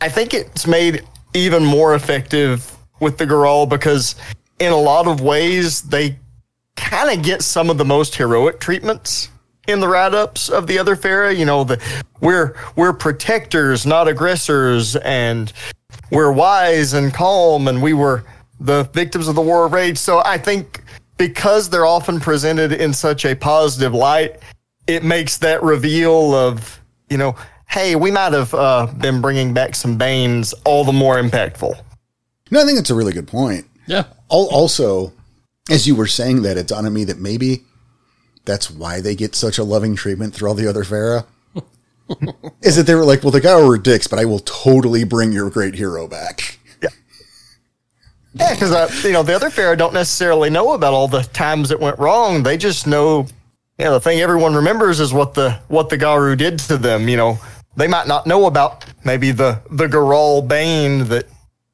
I think it's made even more effective with the Garal because in a lot of ways they kind of get some of the most heroic treatments in the write-ups of the other Pharaoh. You know, the we're we're protectors, not aggressors, and we're wise and calm, and we were the victims of the war of rage. So I think because they're often presented in such a positive light, it makes that reveal of you know, hey, we might have uh, been bringing back some Banes all the more impactful.
No, I think that's a really good point.
Yeah.
Al- Also, as you were saying that, it dawned on me that maybe that's why they get such a loving treatment through all the other Farah. is that they were like, well, the guy were dicks, but I will totally bring your great hero back.
Yeah, because uh, you know the other pharaoh don't necessarily know about all the times it went wrong. They just know, you know, the thing everyone remembers is what the what the Garu did to them. You know, they might not know about maybe the the Garal Bane that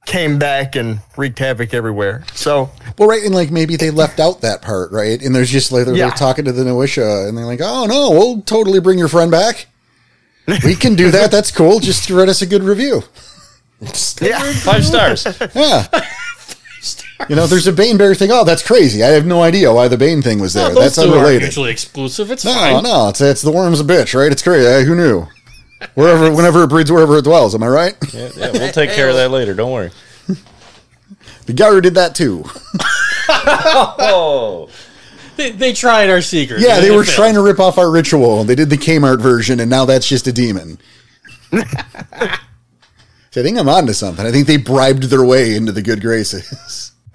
came back and wreaked havoc everywhere. So
Well, right, and like maybe they left out that part, right? And there's just like they're
Yeah.
like, talking to the Noisha, and they're like, "Oh no, we'll totally bring your friend back. We can do that. That's cool. Just write us a good review."
yeah,
Five stars.
Yeah. You know, there's a Bane Bear thing. Oh, that's crazy. I have no idea why the Bane thing was there.
No, those
that's
two aren't
unrelated.
mutually exclusive. It's
No,
fine.
no, it's it's the worm's a bitch, right? It's crazy. Uh, who knew? Wherever, whenever it breeds, wherever it dwells. Am I right?
Yeah, yeah, we'll take care of that later. Don't worry.
The Garu did that too.
Oh,
They, they tried our secret.
Yeah, they
It
were
failed.
trying to rip off our ritual. They did the Kmart version, and now that's just a demon. so I think I'm onto something. I think they bribed their way into the good graces.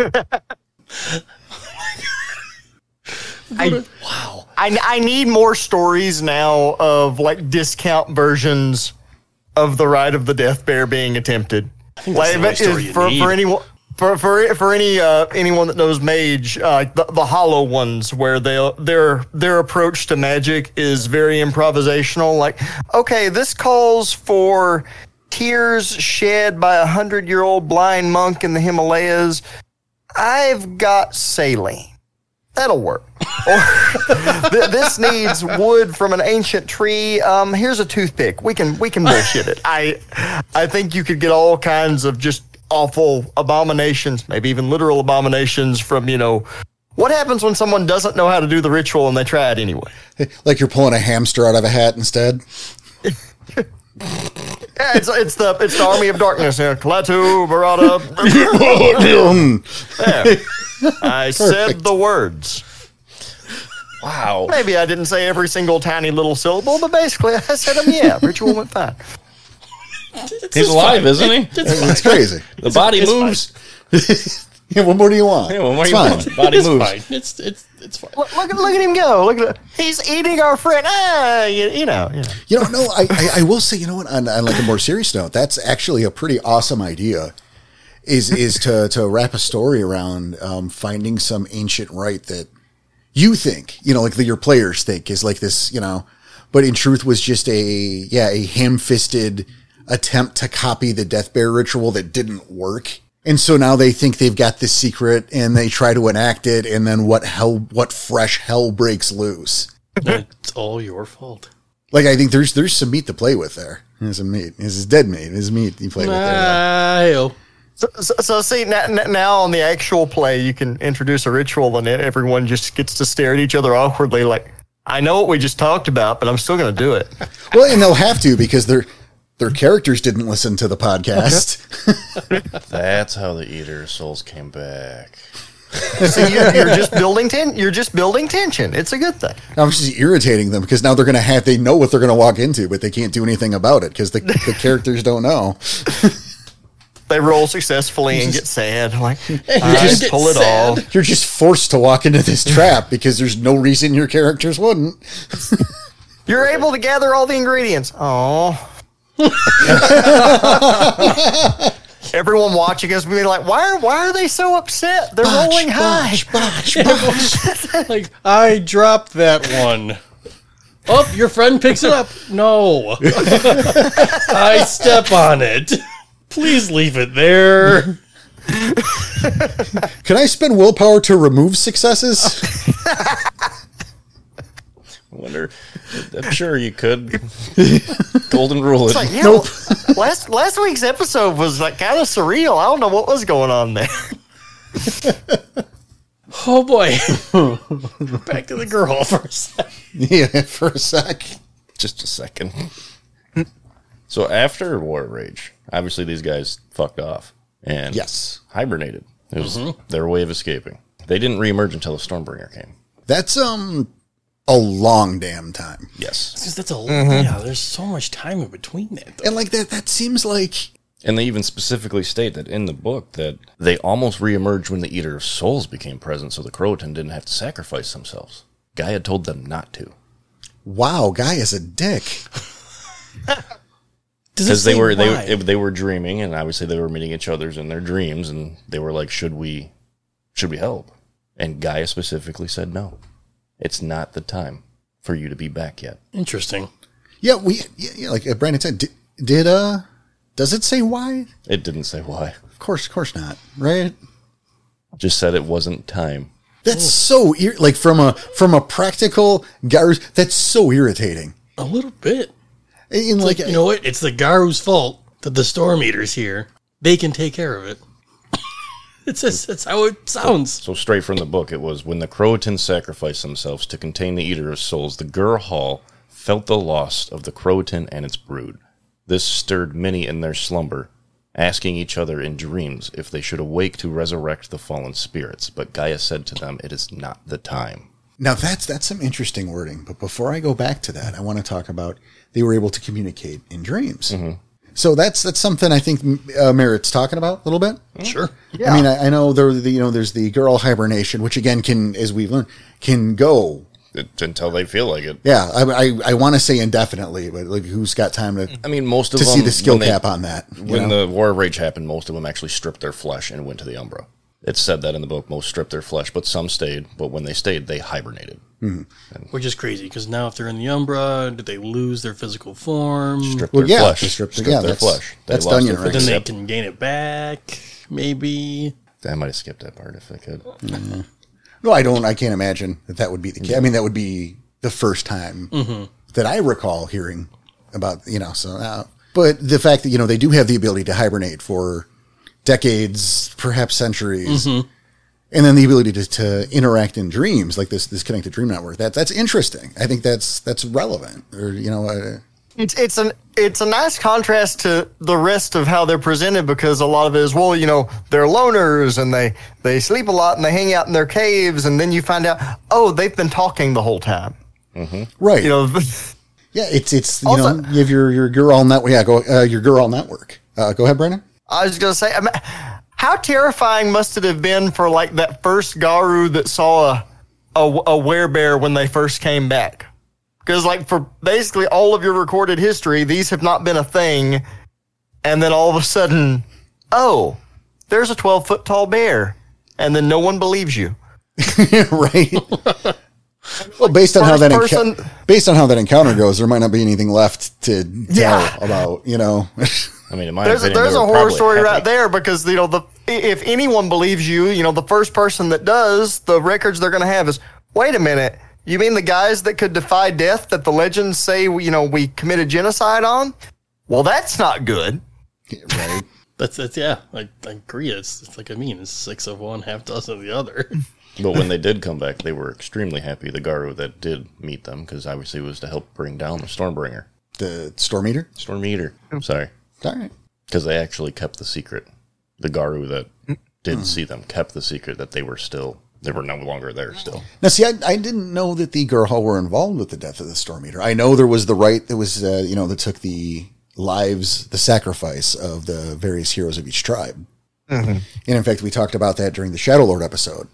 I, wow. I I need more stories now of like discount versions of the ride of the death bear being attempted.
that's the only
if it is
story you
for,
need.
for anyone. For, for, for any uh, anyone that knows mage, uh, the, the hollow ones where they their their approach to magic is very improvisational. Like, okay, this calls for tears shed by a hundred year old blind monk in the Himalayas. I've got saline. That'll work. Or th- this needs wood from an ancient tree. Um, here's a toothpick. We can we can bullshit it. I I think you could get all kinds of just awful abominations, maybe even literal abominations from you know. What happens when someone doesn't know how to do the ritual and they try it anyway?
like you're pulling a hamster out of a hat instead.
Yeah, it's, it's the it's the army of darkness here. Klaatu, Barada. I said the words.
wow.
Maybe I didn't say every single tiny little syllable, but basically I said them. Yeah, ritual went fine.
He's alive, isn't he?
It's crazy.
The body
it's
moves.
Yeah, what more do you want?
Yeah, well, what
it's
do you
fine.
want? Body
It's
moves.
fine. It's it's it's fine.
Look, look, at- look at him go. Look at he's eating our friend. Ah, you, you know, you know.
You know, no, I, I, I will say, you know what? On, on like a more serious note, that's actually a pretty awesome idea. Is is to to wrap a story around um, finding some ancient rite that you think, you know, like the, your players think is like this, you know, but in truth was just a yeah a ham fisted attempt to copy the death bear ritual that didn't work. And so now they think they've got this secret and they try to enact it and then what hell what fresh hell breaks loose.
it's all your fault.
Like I think there's there's some meat to play with there. There's some meat. This is dead meat. This is meat you play with
Ah.
there.
Ayo.
So, so, so see now, now on the actual play, you can introduce a ritual, and it, everyone just gets to stare at each other awkwardly, like. I know what we just talked about, but I'm still going to do it.
Well, and they'll have to because their their characters didn't listen to the podcast.
That's how the Eater of Souls came back.
So you, you're just building ten. You're just building tension. It's a good thing.
I'm just irritating them because now they're gonna have they know what they're gonna walk into, but they can't do anything about it because the, the characters don't know.
They roll successfully and get sad. I'm like, I
just get
pull it
sad.
off.
You're just forced to walk into this trap because there's no reason your characters wouldn't.
You're able to gather all the ingredients. Oh. Everyone watching us be like, why are why are they so upset? They're rolling high.
Like I dropped that one. Oh, your friend picks it up. No, I step on it. Please leave it there.
Can I spend willpower to remove successes?
I wonder. I'm sure you could. Golden rule. It.
Like, yeah, last last week's episode was like kind of surreal. I don't know what was going on there.
Oh boy. Back to the girl for a second.
yeah, for a sec.
Just a second. so after War Rage, obviously these guys fucked off and
Yes.
hibernated. It was their way of escaping. They didn't reemerge until the Stormbringer came.
That's um a long damn time.
Yes,
Because that's a yeah. There's so much time in between that. Though.
And like that that seems like
and they even specifically state that in the book that they almost reemerged when the Eater of Souls became present, so the Croatan didn't have to sacrifice themselves. Guy had told them not to
wow, guy is a dick.
Does it
because they
say
were
why?
they they were dreaming, and obviously they were meeting each other's in their dreams, and they were like, "Should we, should we help?" And Gaia specifically said, "No, it's not the time for you to be back yet."
interesting.
Yeah, we yeah, yeah, like uh, Brandon said did, did uh does it say why?
It didn't say why;
Of course, of course not. Right?
just said it wasn't time.
That's so
Oh.
ir- like from a from a practical guy. That's so irritating.
A little bit.
And like,
Like you know what? It's the Garu's fault that the storm eaters here. They can take care of it. it's just, that's how it sounds.
So straight from the book, it was when the Croatan sacrificed themselves to contain the Eater of Souls, the Gurhal felt the loss of the Croatan and its brood. This stirred many in their slumber, asking each other in dreams if they should awake to resurrect the fallen spirits. But Gaia said to them, "It is not the time."
now that's that's some interesting wording. But before I go back to that, I want to talk about they were able to communicate in dreams.
Mm-hmm.
So that's that's something I think uh, Merritt's talking about a little bit.
Mm-hmm. Sure.
I mean, I, I know there the, you know there's the girl hibernation, which again can, as we've learned, can go.
It- until they feel like it.
Yeah, I I, I want to say indefinitely, but like, who's got time to
I mean, most of
to
them
see the skill
Mm-hmm. when they-
cap on that? you
When
know?
the War of Rage happened, most of them actually stripped their flesh and went to the Umbra. It said that in the book. Most stripped their flesh, but some stayed. But when they stayed, they hibernated.
Which is crazy because now if they're in the Umbra, do they lose their physical form?
Stripped
Well,
their
yeah,
flesh.
they stripped their- yeah,
their
that's-
flesh. They
that's
lost
Dunyan,
their
right?
Then
flesh.
they
Yep.
can gain it back, maybe.
I might have skipped that part if I could.
No, I don't. I can't imagine that that would be the case. I mean, that would be the first time
Mm-hmm.
that I recall hearing about, you know, so, uh, but the fact that, you know, they do have the ability to hibernate for decades, perhaps centuries,
Mm-hmm.
and then the ability to, to interact in dreams like this, this connected dream network. That, that's interesting. I think that's, that's relevant or, you know, uh,
It's it's an it's a nice contrast to the rest of how they're presented because a lot of it is well, you know, they're loners and they they sleep a lot and they hang out in their caves and then you find out oh they've been talking the whole time.
right.
You know,
yeah. It's, it's, you
Also-
know, you have your, your girl network. Yeah. Go, uh, your girl network. Uh, go ahead, Brennan.
I was gonna say, I mean, how terrifying must it have been for like that first Garu that saw a a, a werebear when they first came back? Because like for basically all of your recorded history, these have not been a thing, and then all of a sudden, oh, there's a twelve foot tall bear, and then no one believes you.
right? well, based on how
first
that
person-
encounter, based on how that encounter goes, there might not be anything left to tell
Yeah.
about. You know,
I mean, in my
There's a,
opinion,
there's
they
a
were
horror
probably
story
happy.
right there because you know the i- if anyone believes you, you know the first person that does, the records they're going to have is wait a minute. You mean the guys that could defy death that the legends say we- you know we committed genocide on? Well, that's not good.
right?
That's that's yeah. I, I agree. It's, it's like I mean, it's six of one, half dozen of the other.
But when they did come back, they were extremely happy. The Garu that did meet them, because obviously it was to help bring down the Stormbringer,
The storm eater.
Oh. Storm Eater. I'm sorry,
All right.
because they actually kept the secret. The Garu that did see them, kept the secret that they were still, they were no longer there still.
Now, see, I, I didn't know that the Gerhall were involved with the death of the Storm Eater. I know there was the rite that was, uh, you know, that took the lives, the sacrifice of the various heroes of each tribe. And in fact, we talked about that during the Shadow Lord episode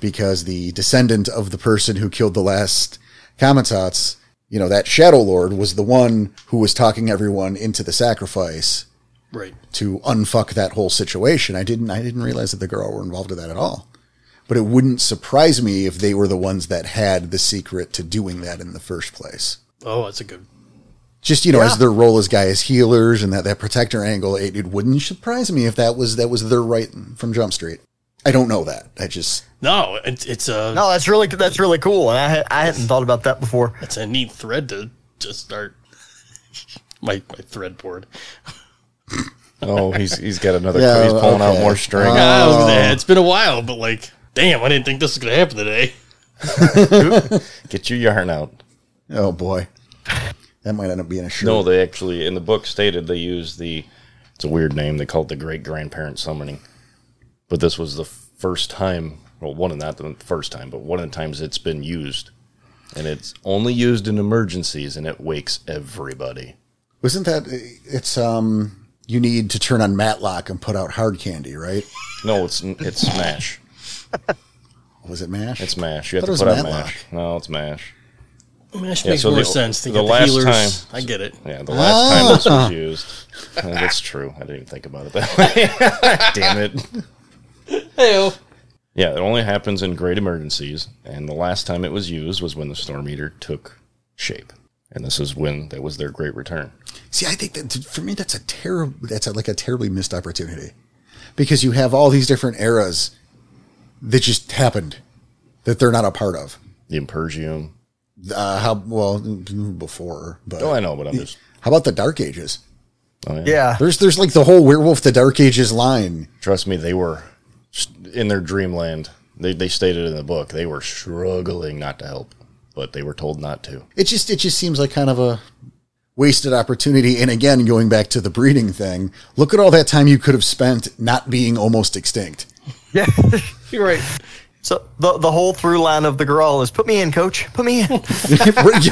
because the descendant of the person who killed the last Kamatots, you know, that Shadow Lord was the one who was talking everyone into the sacrifice
Right.
to unfuck that whole situation. I didn't I didn't realize that the girl were involved with that at all. But it wouldn't surprise me if they were the ones that had the secret to doing that in the first place.
Oh, that's a good.
Just you know, as their role as guy as healers and that, that protector angle, it, it wouldn't surprise me if that was that was their right from Jump Street. I don't know that. I just
No, it's it's a
No, that's really that's really cool, and I had, I hadn't thought about that before.
it's a neat thread to just start. my my thread board.
Oh, he's he's got another.
Yeah,
he's pulling out
okay. Uh,
more string.
Ah, I was gonna say, it's been a while, but like, damn, I didn't think this was gonna happen today.
Get your yarn out.
oh boy. That might end up being a shirt.
No, they actually in the book stated they used the. It's a weird name. They called it the great grandparent summoning, but this was the first time. Well, one of not the first time, but one of the times it's been used, and it's only used in emergencies, and it wakes everybody.
Wasn't that it's um you need to turn on Matlock and put out hard candy, right?
No, it's it's smash.
Was it mash?
It's mash. You
Thought
have to
it was
put out
Matlock.
mash. No, it's mash.
Mash
Yeah,
makes
so
more
the-
sense. Think
the
of the
last
healers.
time-
I get it.
Yeah, the last time this
Ah.
was used. And That's true. I didn't even think about it that way. Damn it.
Heyo.
Yeah, it only happens in great emergencies, and the last time it was used was when the storm eater took shape, and this is when that was their great return.
See, I think that for me, that's a terrible, that's a, like a terribly missed opportunity because you have all these different eras that just happened that they're not a part of.
The Impergium.
Uh, how well before, but
Oh, I know, but I'm just.
how about the Dark Ages?
Oh, yeah.
Yeah,
There's there's like the whole werewolf the Dark Ages line.
Trust me, they were st- in their dreamland. They they stated in the book they were struggling not to help, but they were told not to.
It just it just seems like kind of a wasted opportunity. And again, going back to the breeding thing, look at all that time you could have spent not being almost extinct.
yeah.
You're right.
So the the whole through line of the girl is put me in, coach. Put me in.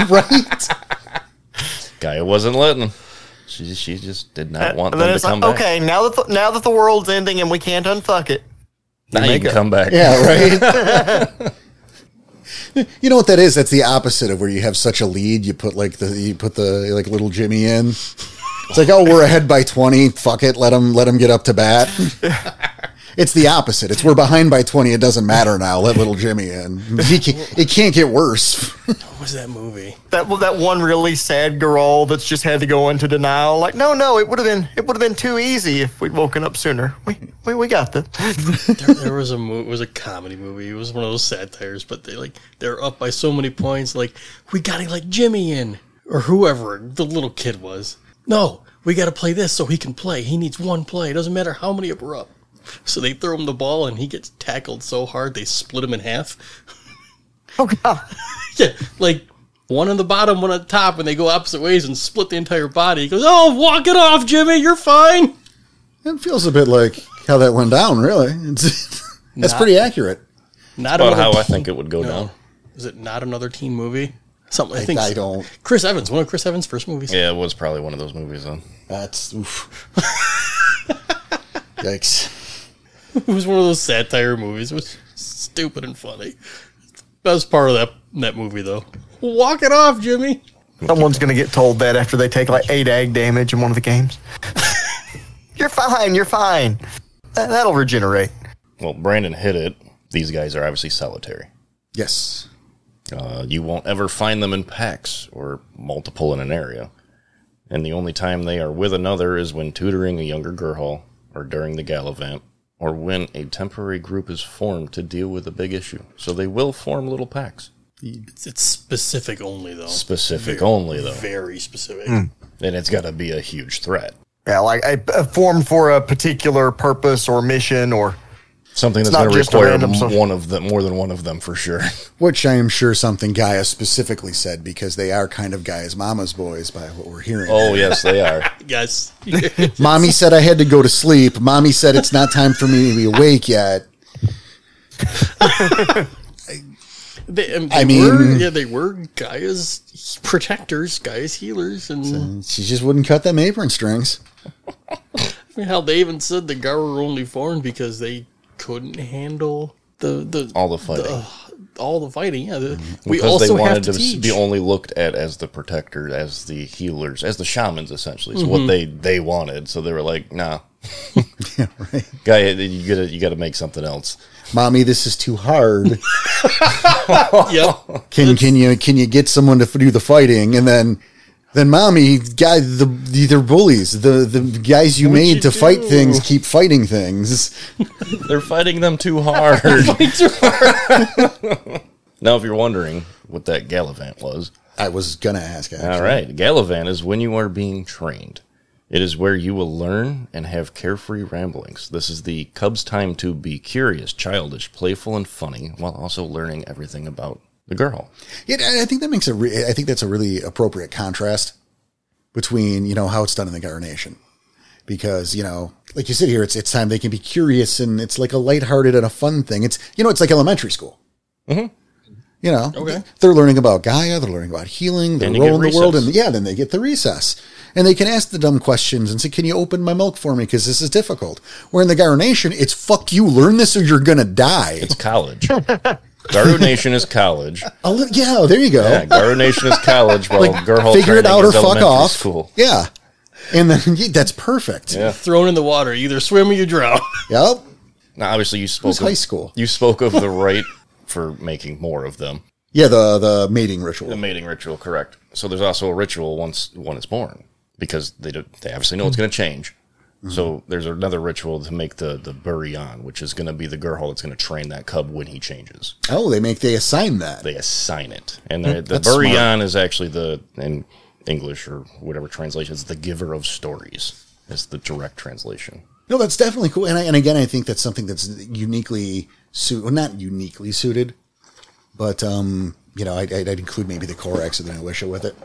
right?
Gaia wasn't letting. 'em. She she just did not want
and Uh,
them
then
to
it's
come
like,
back.
okay, now that the, now that the world's ending and we can't unfuck it,
Now you
Make
can
it.
come back.
Yeah, right. you know what that is? That's the opposite of where you have such a lead. You put like the you put the like little Jimmy in. It's like, oh, we're ahead by twenty. Fuck it, let him let him get up to bat. It's the opposite. It's we're behind by twenty. It doesn't matter now. Let little Jimmy in. He can, it can't get worse.
What was that movie?
that that one really sad girl that's just had to go into denial. Like, no, no, it would have been it would have been too easy if we'd woken up sooner. We we, we got this.
There, there was a mo- it was a comedy movie. It was one of those satires, but they like they're up by so many points. Like we got to let Jimmy in or whoever the little kid was. No, we got to play this so he can play. He needs one play. It doesn't matter how many we're up. So they throw him the ball and he gets tackled so hard they split him in half.
oh God.
yeah, like one on the bottom, one on the top, and they go opposite ways and split the entire body. He goes, "Oh, walk it off, Jimmy. You're fine."
It feels a bit like how that went down. Really, it's, that's pretty accurate.
Not
About
another
how I
teen-
think it would go down.
Is it not another teen movie? Something I think
I don't.
Chris Evans, one of Chris Evans' first movies.
Yeah, it was probably one of those movies though.
That's oof. yikes.
It was one of those satire movies. It was stupid and funny. Best part of that that movie though. Walk it off, Jimmy.
Someone's gonna get told that after they take like eight egg damage in one of the games. you're fine. You're fine. That, that'll regenerate.
Well, Brandon hit it. These guys are obviously solitary.
Yes.
Uh, you won't ever find them in packs or multiple in an area. And the only time they are with another is when tutoring a younger Gerhol or during the Gallivant or when a temporary group is formed to deal with a big issue. So they will form little packs.
It's, it's specific only though.
Specific only, though.
Very specific.
Hmm.
And it's got to be a huge threat.
Yeah, like a, a form for a particular purpose or mission or
Something that's
not
going to
just a
require
random
m-
social-
one of them, more than one of them for sure.
Which I am sure something Gaia specifically said because they are kind of Gaia's mama's boys by what we're hearing.
Oh yes, they are.
Yes.
Mommy said I had to go to sleep. Mommy said it's not time for me to be awake yet.
They, um,
I
they
mean-
were, yeah, they were Gaia's protectors, Gaia's healers, and
And she just wouldn't cut them apron strings.
I mean, hell, they even said the Garu were only formed because they couldn't handle the the uh,
All the fighting. Mm-hmm.
all the fighting. Yeah, the, we
because
also
they
have
wanted
to,
to, s-
teach.
be only looked at as the protector, as the healers, as the shamans, essentially. It's
Mm-hmm.
what they they wanted. So they were like, "Nah,
Yeah, right.
guy, you gotta you gotta make something else."
Mommy, this is too hard.
yep.
Can can you can you get someone to do the fighting and then then mommy guy the they're bullies the the guys you made
you
to fight
do?
things keep fighting things.
They're fighting them too hard. now, if you're wondering what that gallivant was,
I was gonna ask. Actually.
all right, gallivant is when you are being trained. It is where you will learn and have carefree ramblings. This is the cub's time to be curious, childish, playful, and funny, while also learning everything about the girl.
Yeah, I I think that makes a. Re- I think that's a really appropriate contrast between you know how it's done in the Garnation, because you know, like you sit here, it's it's time they can be curious and it's like a lighthearted and a fun thing. It's you know, it's like elementary school. Mm-hmm. You know,
Okay.
they're learning about Gaia, they're learning about healing, their
And you
role in
get
the world,
recess.
and yeah, then they get the recess. And they can ask the dumb questions and say, "Can you open my milk for me? Because this is difficult." Where in the Garnation, it's "fuck you, learn this or you're gonna die."
It's college. Garu Nation is college.
A li- yeah, there you go.
Yeah, Garu Nation is college. While like, Gerhol
figure it out or fuck off.
School.
Yeah. And then yeah, that's perfect.
Yeah.
Thrown in the water, you either swim or you drown.
Yep.
Now, obviously, you spoke
Who's
of,
high school?
You spoke of the right for making more of them.
Yeah, the the mating ritual.
The mating ritual, correct? So there's also a ritual once one is born because they do, they obviously know it's going to change.
Mm-hmm.
So there's another ritual to make the the burion, which is going to be the Gerhol that's going to train that cub when he changes.
oh, they make they assign that.
they assign it. And the, the
Hmm, that's smart.
Burian is actually the in English or whatever translation is the giver of stories. Is the direct translation.
no, that's definitely cool. And I, and again, I think that's something that's uniquely suited, well, not uniquely suited, but um, you know, I'd, I'd I'd include maybe the Corex or the Noelisha with it.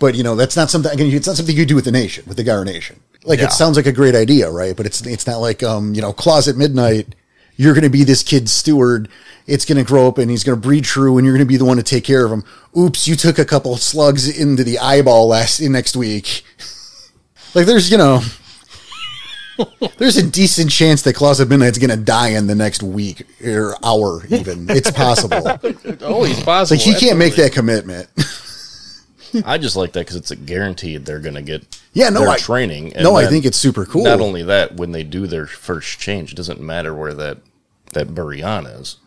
But you know, that's not something. Again, it's not something you do with the nation, with the Gara Nation. Like
Yeah.
it sounds like a great idea, right? But it's it's not like um, you know, closet midnight. You're going to be this kid's steward. It's going to grow up and he's going to breed true, and you're going to be the one to take care of him. Oops, you took a couple slugs into the eyeball last in next week. like there's you know. There's a decent chance that Closet Midnight's going to die in the next week or hour, even. It's possible. like,
It's Always Oh, possible.
he can't make that commitment.
I just like that because it's guaranteed they're going to get
Hmm. Yeah, no,
their
I-
training. and
no, I
then
think it's super cool.
Not only that, when they do their first change, it doesn't matter where that that Burian is.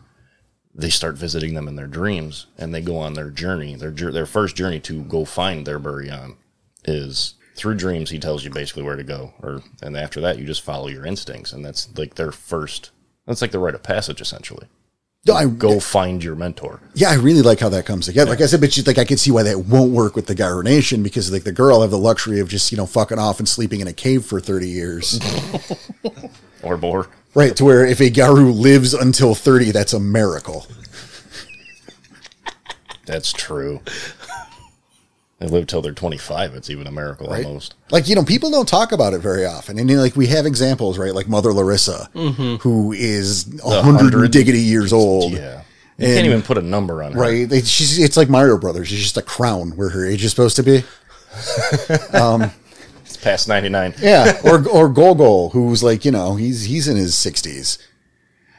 They start visiting them in their dreams, and they go on their journey. Their jour- their first journey to go find their Burian is through dreams. He tells you basically where to go, or and after that, you just follow your instincts, and that's like their first. That's like the rite of passage, essentially.
No, I,
Go find your mentor.
yeah, I really like how that comes together. Like I said, but you, like I can see why that won't work with the Gyro Nation because like the girl have the luxury of just you know fucking off and sleeping in a cave for thirty years,
or more.
right? To where if a Garu lives until thirty, that's a miracle.
That's true. they live till they're 25. It's even a miracle
right?
almost.
Like you know, people don't talk about it very often, and you know, like we have examples, right? Like Mother Larissa, who is a hundred
Mm-hmm. hundred-
diggity years old.
Yeah. You can't even put a number on her.
Right, They- she's it's like Mario Brothers. She's just a crown where her age is supposed to be.
It's past 99.
Yeah, or or Gogol, who's like you know he's he's in his sixties,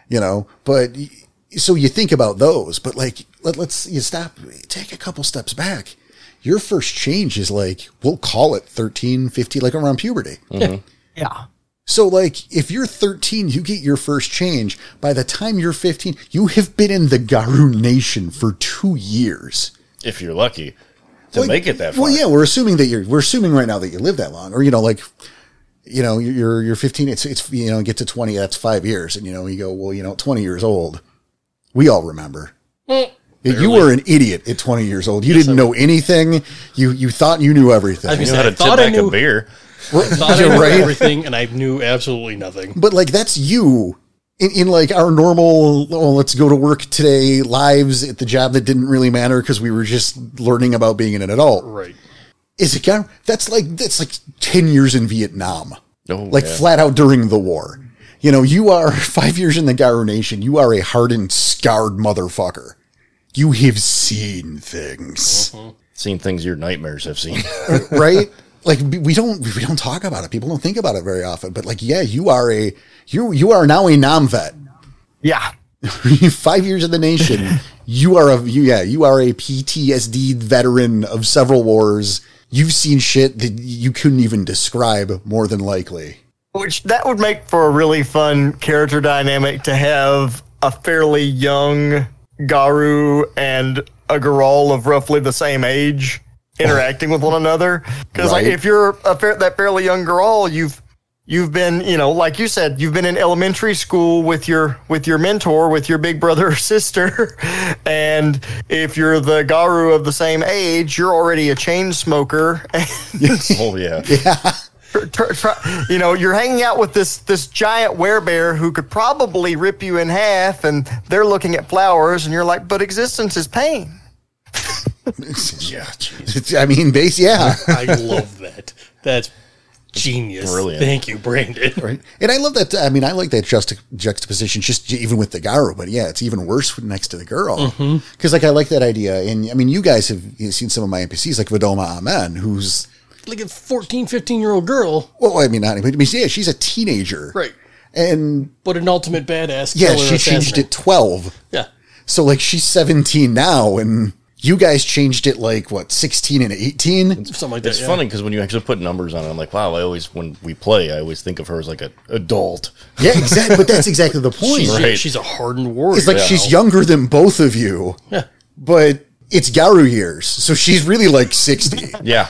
you know. But y- so you think about those, but like let, let's you stop, take a couple steps back. Your first change is like we'll call it 13, 50, like around puberty.
Yeah.
So like if you're 13, you get your first change. By the time you're 15, you have been in the Garu Nation for two years.
If you're lucky to
Well,
make it that far.
Well, yeah, we're assuming that you're. We're assuming right now that you live that long, or you know, like, you know, you're you're 15. It's it's you know, get to 20. That's five years, and you know, you go well, you know, 20 years old. We all remember. You were an idiot at 20 years old. You didn't know anything. You you thought you knew everything.
I mean,
You know how
I
to tip
thought I
back a
knew-
beer.
Thought I
You're
knew
right.
everything, and I knew absolutely nothing.
But like that's you in, in like our normal oh let's go to work today lives at the job that didn't really matter because we were just learning about being an adult
Right.
is it kind of, that's like that's like 10 years in vietnam
Oh,
like
yeah.
flat out during the war you know you are five years in the garo nation you are a hardened scarred motherfucker you have seen things
Uh-huh. Seen things your nightmares have seen.
right? Like b- we don't we don't talk about it. People don't think about it very often. But like, yeah, you are a you you are now a nom vet.
Yeah.
Five years in the nation, you are a you, yeah you are a PTSD veteran of several wars. You've seen shit that you couldn't even describe. More than likely,
Which that would make for a really fun character dynamic to have a fairly young Garu and a Garal of roughly the same age interacting with one another. Because like
Right.
if you're a fair, that fairly young Garal, you've you've been you know like you said you've been in elementary school with your with your mentor with your big brother or sister and if you're the garu of the same age you're already a chain smoker
oh yeah.
tr- tr- you know, you're hanging out with this this giant werebear who could probably rip you in half, and they're looking at flowers, and you're like, but existence is pain.
Yeah, jeez.
It's- I mean, base yeah.
I love that. That's genius.
Brilliant.
Thank you, Brandon.
Right. And I love that. I mean, I like that juxta- juxtaposition, just even with the Garu, but yeah, it's even worse when next to the girl. Because, like, I like that idea. And I mean, you guys have you've seen some of my NPCs, like Vadoma Amen, who's,
Like a 14, 15 year old girl,
well, I mean, not, I mean, yeah, she's a teenager.
Right.
And
but an ultimate badass.
yeah,
killer
she changed
assassin.
it 12.
Yeah.
So, like, she's 17 now, and you guys changed it, like, what, 16 and 18?
Something like that.
It's
yeah.
funny because when you actually put numbers on it, I'm like, wow. I always when we play, I always think of her as like an adult.
Yeah, exactly. but that's exactly the point.
She's,
Right.
yeah, she's a hardened warrior.
It's like
Yeah.
she's younger than both of you.
Yeah.
but it's Garu years, so she's really like sixty.
Yeah,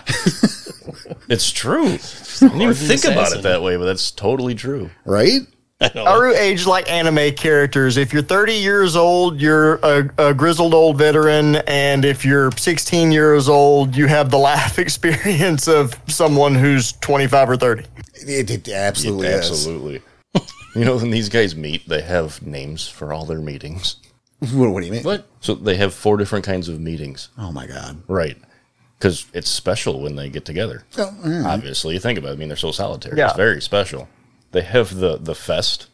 it's true. I didn't even
Hardened
think about
assassin.
it that way, but that's totally true.
right?
Aru age like anime characters. If you're 30 years old, you're a, a grizzled old veteran, and if you're 16 years old, you have the life experience of someone who's 25 or 30.
It, it absolutely is.
Absolutely. you know, when these guys meet, they have names for all their meetings.
What, what do you mean?
What?
So they have four different kinds of meetings.
Oh my god!
Right. Because it's special when they get together.
Oh, yeah.
Obviously, think about it. I mean, they're so solitary.
Yeah.
It's very special. They have the, the fest.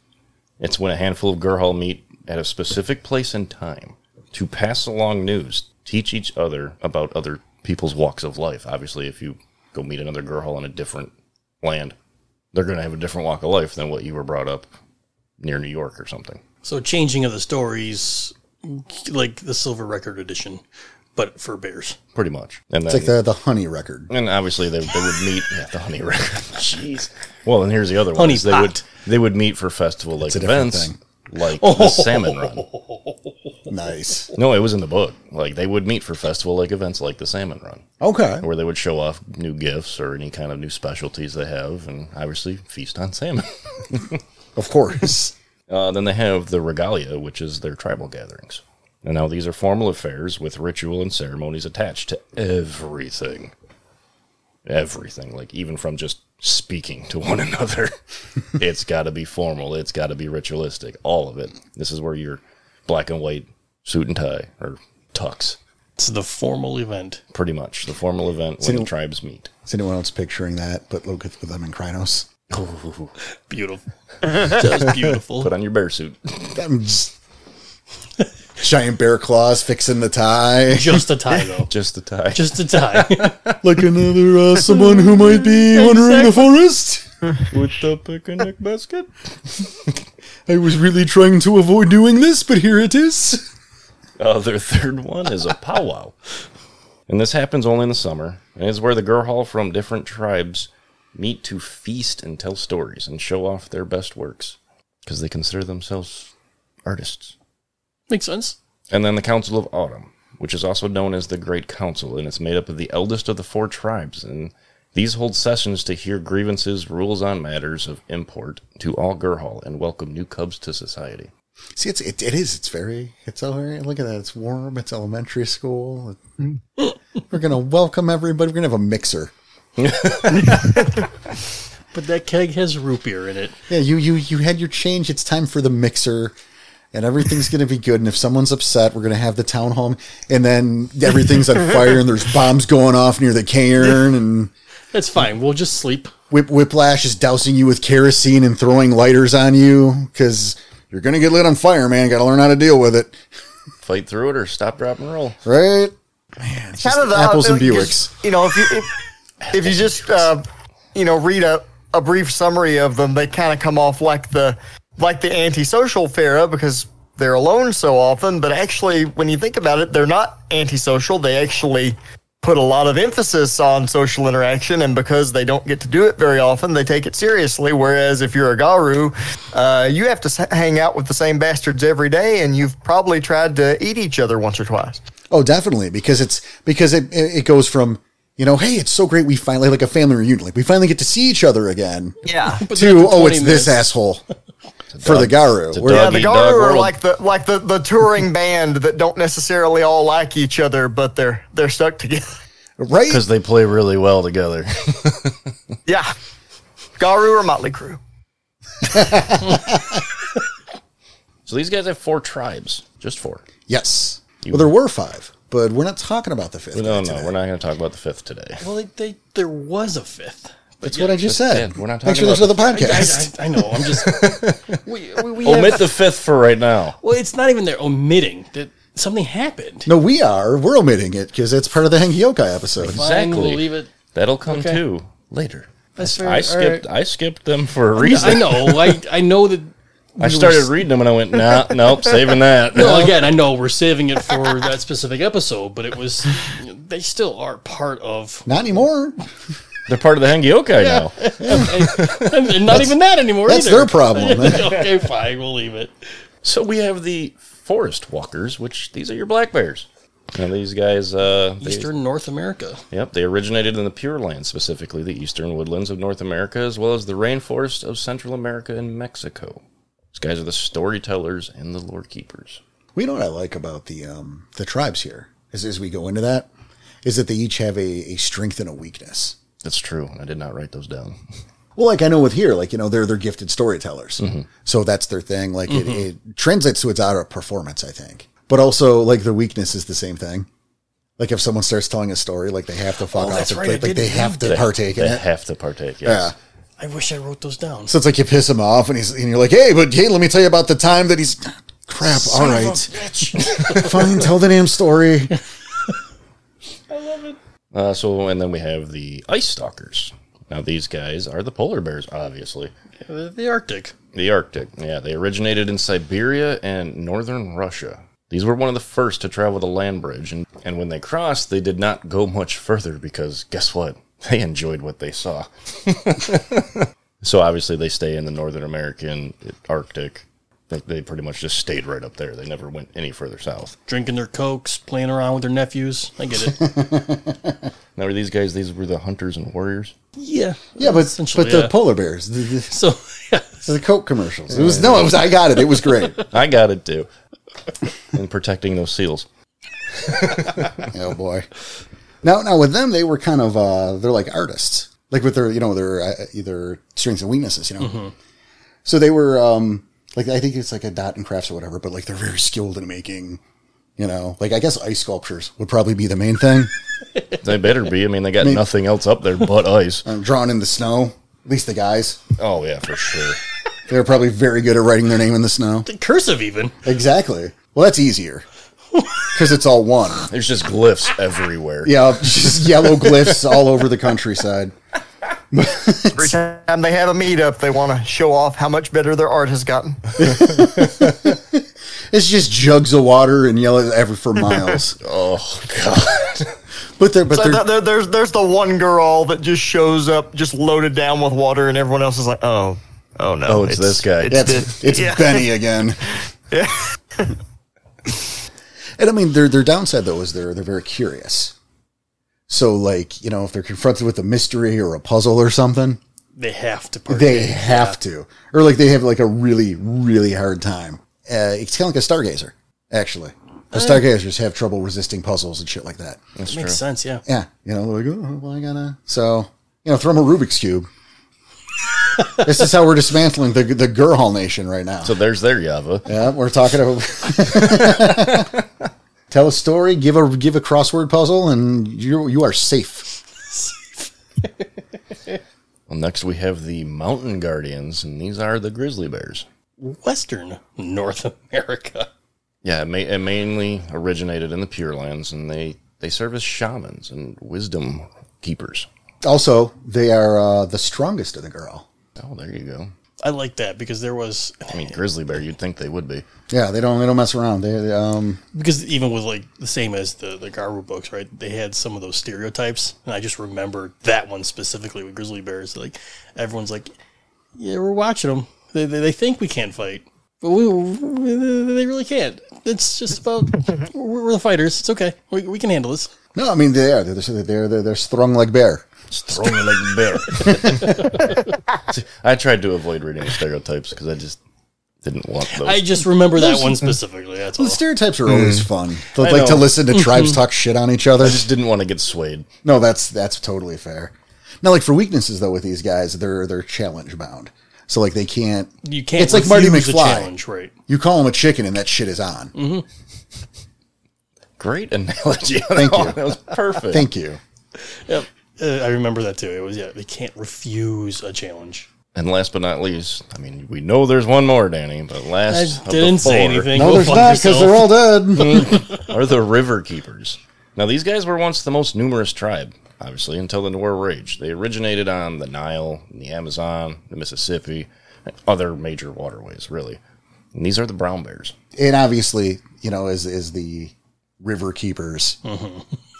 It's when a handful of Gerhal meet at a specific place and time to pass along news, teach each other about other people's walks of life. Obviously, if you go meet another Gerhal in a different land, they're going to have a different walk of life than what you were brought up near New York or something.
So changing of the stories, like the silver record edition, but for bears.
Pretty much. And
It's like the the honey record.
And obviously they, they would meet yeah, the honey record. Jeez. Well, and here's the other one.
Honey
is they
pot.
would they would meet for festival like
a different
events,
thing.
like the salmon run.
Nice.
No, it was in the book. Like they would meet for festival like events, like the salmon run,
Okay.
where they would show off new gifts or any kind of new specialties they have, and obviously feast on salmon.
Of course.
Uh, then they have the regalia, which is their tribal gatherings. And now these are formal affairs with ritual and ceremonies attached to everything. Everything, like even from just speaking to one another. it's got to be formal, it's got to be ritualistic, all of it. This is where your black and white suit and tie or tux,
It's the formal event.
pretty much the formal event when the tribes meet.
Is anyone else picturing that? But look with them in Krynos.
Beautiful. Just beautiful.
Put on your bear suit.
I'm just- giant bear claws fixing the tie.
Just a tie though.
Just the tie.
Just a tie.
like another uh, someone who might be wandering the forest.
with the picnic basket.
I was really trying to avoid doing this, but here it is.
Uh, their third one is a powwow. And this happens only in the summer, and it's where the Gerhal from different tribes meet to feast and tell stories and show off their best works because they consider themselves artists.
Makes sense.
And then the Council of Autumn, which is also known as the Great Council, and it's made up of the eldest of the four tribes. And these hold sessions to hear grievances, rules on matters of import to all Gerhal, and welcome new cubs to society.
See, it's it, it is. It's very. It's all right. Look at that. It's warm. It's elementary school. We're gonna welcome everybody. We're gonna have a mixer.
But that keg has root beer in it.
Yeah, you you you had your change. It's time for the mixer, and everything's gonna be good. And if someone's upset, we're gonna have the town hall, and then everything's on fire, and there's bombs going off near the cairn, and
That's fine. We'll just sleep.
Whip, Whiplash is dousing you with kerosene and throwing lighters on you because you're gonna get lit on fire, man. Got to learn how to deal with it,
Fight through it or stop, drop, and roll.
right? Man, it's just
Kind of the-
apples and
I feel like
Buicks.
just, You know, if you if, if you just uh, you know read a, a brief summary of them, they kind of come off like the like the antisocial Pharaoh because they're alone so often. But actually, when you think about it, they're not antisocial. They actually put a lot of emphasis on social interaction, and because they don't get to do it very often, they take it seriously. Whereas if you're a Garu, uh, you have to s- hang out with the same bastards every day, and you've probably tried to eat each other once or twice.
Oh, definitely, because it's because it it it goes from you know, hey, it's so great we finally like a family reunion, like we finally get to see each other again.
Yeah.
to
for
oh, it's
20
this
minutes.
asshole for the Garu.
It's a
We're-
dog.
Yeah, the
eat dog
Garu are
world.
like the like the, the touring band that don't necessarily all like each other, but they're they're stuck together.
Right?
Because they play really well together.
Yeah, Garu or Motley Crue.
so these guys have four tribes, just four.
Yes. well, there were five, but we're not talking about the fifth.
No,
guy
no,
today.
we're not going to talk about the fifth today.
Well, they, they, there was a fifth. But
That's what I just said.
yeah, we're not
Thanks for
talking
listening to the
about
I,
podcast.
I, I know. I'm just. we, we, we have-
Omit the fifth for right now.
well, it's not even they're omitting that something happened.
no, we are. We're omitting it because it's part of the Henki Yokai episode.
Fine, we'll leave it.
That'll come
Okay.
too later.
That's fair.
I
All
skipped.
right.
I skipped them for a reason.
I know. I, I know that.
I started reading them and I went, nah, nope, saving that.
Well, again, I know we're saving it for that specific episode, but it was. They still are part of.
Not anymore.
They're part of the Hengyokai now.
And, and not even that anymore.
That's
either.
their problem. man.
okay, fine. We'll leave it.
So we have the forest walkers, which these are your black bears. Now these guys, uh, they-
Eastern North America.
yep, they originated in the Pure Land, specifically the eastern woodlands of North America, as well as the rainforest of Central America and Mexico. These guys are the storytellers and the lore keepers.
We know what I like about the um, the tribes here is as we go into that is that they each have a, a strength and a weakness.
That's true. I did not write those down.
Well, like I know with here, like you know, they're they're gifted storytellers, so that's their thing. Like it,
Mm-hmm.
it translates to its out of performance, I think. But also, like the weakness is the same thing. Like if someone starts telling a story, like they have to fuck off
Oh, that's
the
right,
plate,
I
like they
didn't
have to
They-
partake in
They
it.
have to partake.
Yeah.
Yes.
I wish I wrote those down.
So it's like you piss him off, and he's and you're like, hey, but hey, let me tell you about the time that he's crap. all right, fine, tell the damn story.
Uh, so, and then we have the ice stalkers. Now these guys are the polar bears, obviously.
The, the Arctic.
The Arctic. Yeah, they originated in Siberia and northern Russia. These were one of the first to travel the land bridge, and, and when they crossed, they did not go much further because guess what? They enjoyed what they saw. so obviously, they stay in the northern American Arctic. They, they pretty much just stayed right up there. They never went any further south.
Drinking their cokes, playing around with their nephews. I get it.
Now, were these guys? These were the hunters and warriors.
yeah.
Yeah, but
Essentially,
but the
yeah.
polar bears, the, the,
So, yeah.
the Coke commercials. It was no, it was I got it. It was great.
I got it too. and protecting those seals.
Oh boy. Now, now with them, they were kind of uh, they're like artists, like with their you know their uh, either strengths and weaknesses, you know.
Mm-hmm.
So they were um, like I think it's like a dot and crafts or whatever, but like they're very skilled in making, you know, like I guess ice sculptures would probably be the main thing.
They better be. I mean, they got nothing else up there but ice.
um, drawn in the snow. At least the guys,
Oh yeah, for sure.
they were probably very good at writing their name in the snow.
The cursive, even.
Exactly. Well, that's easier because it's all one.
There's just glyphs everywhere.
Yeah, just yellow glyphs all over the countryside.
Every time they have a meetup, they want to show off how much better their art has gotten.
It's just jugs of water and yellow ever for miles.
Oh god.
But they're but
So
they're
th- there- there's there's the one girl that just shows up, just loaded down with water, and everyone else is like, oh, oh no,
Oh, it's this guy.
that's,
the-
it's
yeah.
Benny again.
Yeah.
and I mean their their downside though is they're they're very curious. So like, you know, if they're confronted with a mystery or a puzzle or something,
They have to partake.
they have to. Or like they have like a really, really hard time. Uh, it's kinda like a stargazer, actually. The stargazers have trouble resisting puzzles and shit like that.
That makes sense, yeah.
Yeah. You know, like, oh, well, I gotta. So, you know, throw him a Rubik's Cube. this is how we're dismantling the the Gurhal nation right now.
So there's their Yava.
yeah, we're talking about tell a story, give a give a crossword puzzle, and you you are safe.
Well, next we have the Mountain Guardians, and these are the grizzly bears.
Western North America.
Yeah, it, ma- it mainly originated in the Pure Lands, and they they serve as shamans and wisdom keepers.
Also, they are uh, the strongest of the Gurhal.
Oh, there you go.
I like that because there was
I mean, grizzly bear, you'd think they would be.
Yeah, they don't they don't mess around. They, they, um
because even with like the same as the the Garou books, right? They had some of those stereotypes, and I just remember that one specifically with grizzly bears. Like everyone's like, "Yeah, we're watching them. They they, they think we can't fight, but we they really can't. It's just about we're, we're the fighters. It's okay. We, we can handle this."
no, I mean they are they're they're they're, they're strong like bear.
Strong like bear. I tried to avoid reading the stereotypes because I just didn't want those.
I just remember that one specifically. That's all.
The stereotypes are always fun. To-
Mm. I
like to
know. Mm-hmm.
listen to tribes talk shit on each other.
I just didn't want to get swayed.
No, that's that's totally fair. Now, like for weaknesses though, with these guys, they're they're challenge bound. So like they can't.
You can't.
It's like Marty
refuse the
McFly.
challenge, Mm-hmm. right?
You call them a chicken, and that shit is on.
Great analogy.
Thank you.
That was perfect.
Thank you.
Yep. Uh, I remember that too. It was yeah. They can't refuse a challenge.
and last but not least, I mean, we know there's one more, Danny, but
I
last of
didn't
the four
say anything.
No,
Go
there's
fuck
not because
yourself.
they're all dead.
are the river keepers. Now, these guys were once the most numerous tribe, obviously, until the Noir Rage. They originated on the Nile, the Amazon, the Mississippi, and other major waterways, really. And these are the brown bears.
and obviously, you know, is is the river keepers.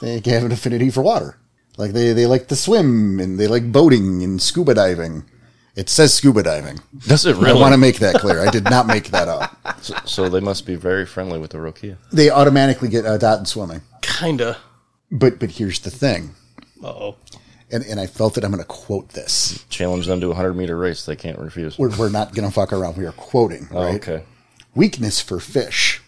They have an affinity for water. Like they they like to swim and they like boating and scuba diving. It says scuba diving.
Does it
I
really?
want to make that clear. I did not make that up.
so, so they must be very friendly with the Rokia.
They automatically get a dot in swimming.
Kinda.
But but here's the thing.
Uh oh.
and, and I felt that I'm going to quote this.
Challenge them to a 100 meter race. They can't refuse.
We're, we're not going to fuck around. We are quoting,
Oh,
right?
okay.
Weakness for fish.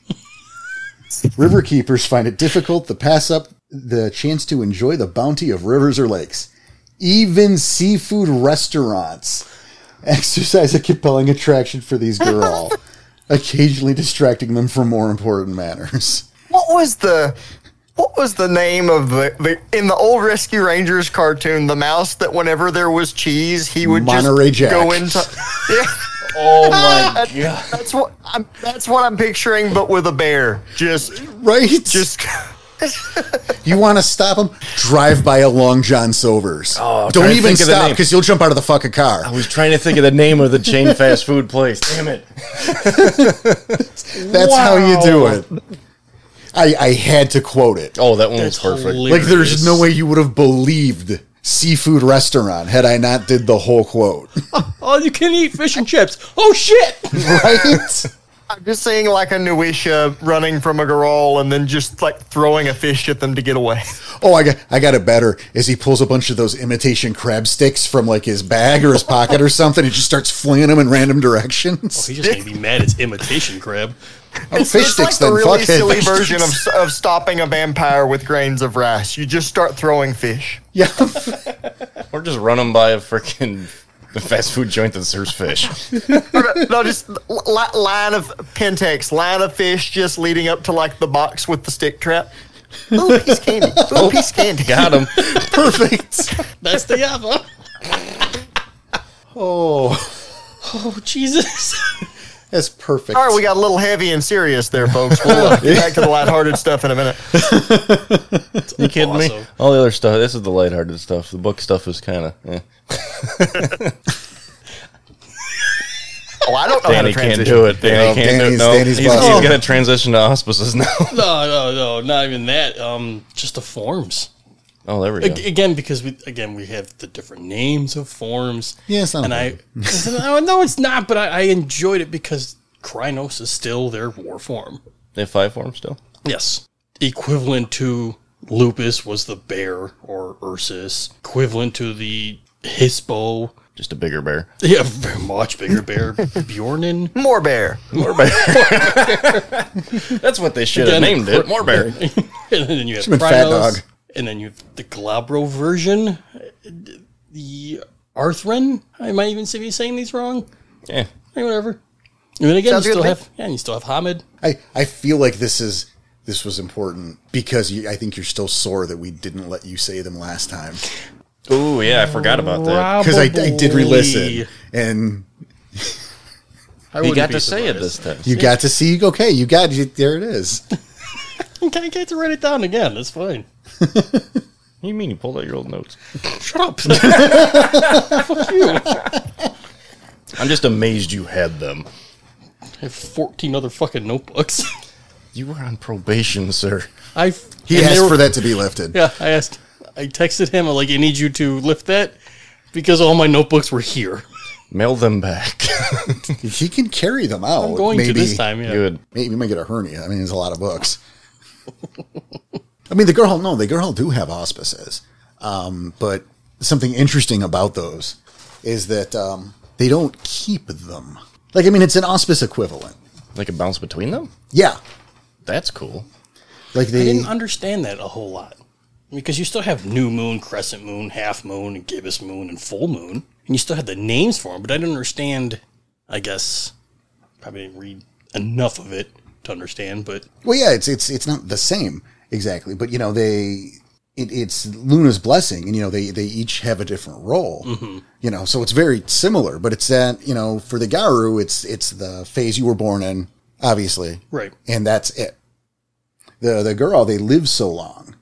river keepers find it difficult to pass up the chance to enjoy the bounty of rivers or lakes. Even seafood restaurants exercise a compelling attraction for these girl, occasionally distracting them from more important matters.
What was the what was the name of the, the in the old Rescue Rangers cartoon, the mouse that whenever there was cheese, he would
Monterey
just
Jack.
go into Yeah.
Oh, my
That- That's what I'm that's what I'm picturing, but with a bear. Just
Right?
just
You want to stop them? Drive by a Long John Silver's.
trying
Don't
Oh, to
even
think of the
stop
name.
because you'll jump out of the fucking car.
I was trying to think of the name of the chain fast food place. Damn it.
That's how you do it. I, I had to quote it.
Oh, that one
That's
was perfect.
Like,
hilarious.
there's no way you would have believed seafood restaurant had I not did the whole quote.
Oh, you can eat fish and chips. Oh shit!
right?
I'm just seeing like a Nuisha running from a girl and then just like throwing a fish at them to get away.
Oh, I got I got it better. As he pulls a bunch of those imitation crab sticks from like his bag or his pocket or something, and just starts flinging them in random directions.
Oh,
He just made me mad. It's imitation crab.
Oh, fish sticks,
like
then
the really
fuck it.
silly
Fish
version of,
sticks.
of stopping a vampire with grains of rice. You just start throwing fish.
yeah.
Or just run them by a freaking fast food joint that serves fish.
no, just l- li- line of Pentex, line of fish, just leading up to like the box with the stick trap. Ooh, piece candy. Ooh, piece candy.
Got them.
Perfect.
That's the Yava.
Oh,
Oh Jesus!
that's perfect.
All right, we got a little heavy and serious there, folks. We'll uh, get back to the lighthearted stuff in a minute.
You kidding me?
Awesome.
All the other stuff. This is the lighthearted stuff. The book stuff is kind of. Eh.
Oh, I don't know
Danny
how to transition.
can't do it. Danny
No,
can't
Danny's-
do it. No,
Danny's
he's,
busted.
he's gonna transition to hospices now.
No, no, no, not even that. Um, just the forms.
oh, there we
Ag-
go.
Again, because we again we have the different names of forms.
Yeah, it's not
and I no, no, it's not. But I, I enjoyed it because Krynos is still their war form.
They have five forms still.
Yes. Equivalent to Lupus was the bear or Ursus. Equivalent to the Hispo.
Just a bigger bear.
Yeah, very much bigger bear. Bjornin.
More bear.
More bear. That's what they should have
Again,
named it. More bear.
and then you have
been Fat
Krynos.
Dog.
And then you have the Glabro version. The Arthren. I might even be saying these wrong.
Yeah.
Hey, whatever. And then again,
Sounds
you
good
still
to me.
have yeah, and you still have Hamid.
I, I feel like this is this was important because you, I think you're still sore that we didn't let you say them last time
Oh yeah, I forgot about that.
because I, I did re-listen and
I
You
wouldn't
got
be
to say it
surprised.
this time.
you got to see. Okay, you got it. There it is.
Can I get to write it down again? That's fine.
you mean you pulled out your old notes?
Shut up. Fuck you.
I'm just amazed you had them.
I have 14 other fucking notebooks.
You were on probation, sir.
I
He asked for that to be lifted.
Yeah, I asked. I texted him. I'm like, I need you to lift that because all my notebooks were here.
Mail them back.
If he can carry them out,
I'm going
Oh, maybe,
to this time. Yeah.
Good.
Maybe you might get a hernia. I mean, there's a lot of books. I mean, the girl no, the girl do have hospices, um, but something interesting about those is that um, they don't keep them. Like, I mean, it's an hospice equivalent.
They can bounce between them?
Yeah,
That's cool.
like
I
they
didn't understand that a whole lot because you still have new moon, crescent moon, half moon, and gibbous moon, and full moon, and you still have the names for them. But I didn't understand. I guess probably didn't read enough of it to understand. But
Well, yeah, it's it's it's not the same exactly, but you know they it, it's Luna's blessing, and you know they they each have a different role. You know, so it's very similar, but it's that you know for the Garu, it's it's the phase you were born in, obviously,
right,
and that's it. The the girl they live so long,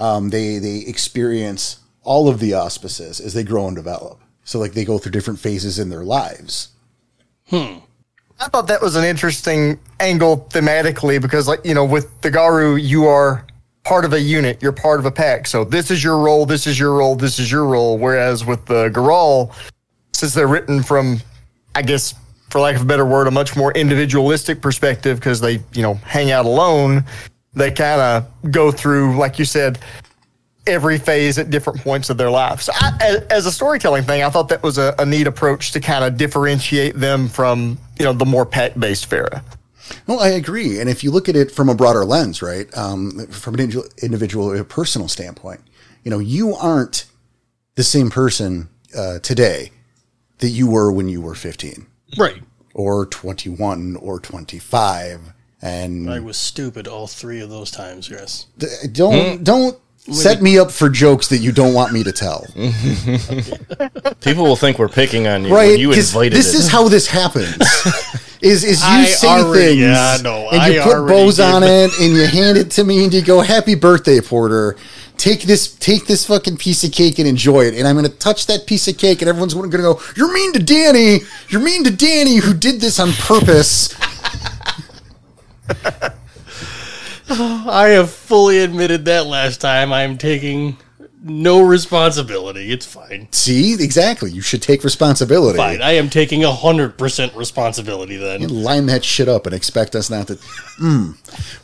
um, they they experience all of the auspices as they grow and develop. So like they go through different phases in their lives.
I thought that was an interesting angle thematically because, like, you know, with the Garu, you are part of a unit, you're part of a pack. So this is your role, this is your role, this is your role. Whereas with the Garal, since they're written from, I guess, for lack of a better word, a much more individualistic perspective because they, you know, hang out alone, they kind of go through, like you said, every phase at different points of their life. So, I, as, as a storytelling thing, I thought that was a, a neat approach to kind of differentiate them from you know the more pack based Farah.
Well, I agree. And if you look at it from a broader lens, right, um, from an individual, individual or personal standpoint, you know, you aren't the same person uh, today that you were when you were 15
right.
or 21 or 25. And
I was stupid all three of those times. Yes,
d- don't, don't set me up for jokes that you don't want me to tell.
People will think we're picking on you
right?
when you
'Cause
invited
this
it.
is how this happens. Is is you
I
say
already-
things
yeah, I know.
and you
I
put
already
bows
did.
on it and you hand it to me and you go, "Happy birthday, Porter! Take this, take this fucking piece of cake and enjoy it." And I'm going to touch that piece of cake and everyone's going to go, "You're mean to Danny! You're mean to Danny who did this on purpose."
I have fully admitted that last time. I'm taking no responsibility. It's fine.
See, exactly. You should take responsibility.
Fine. I am taking 100% responsibility then.
Line that shit up and expect us not to. Mm.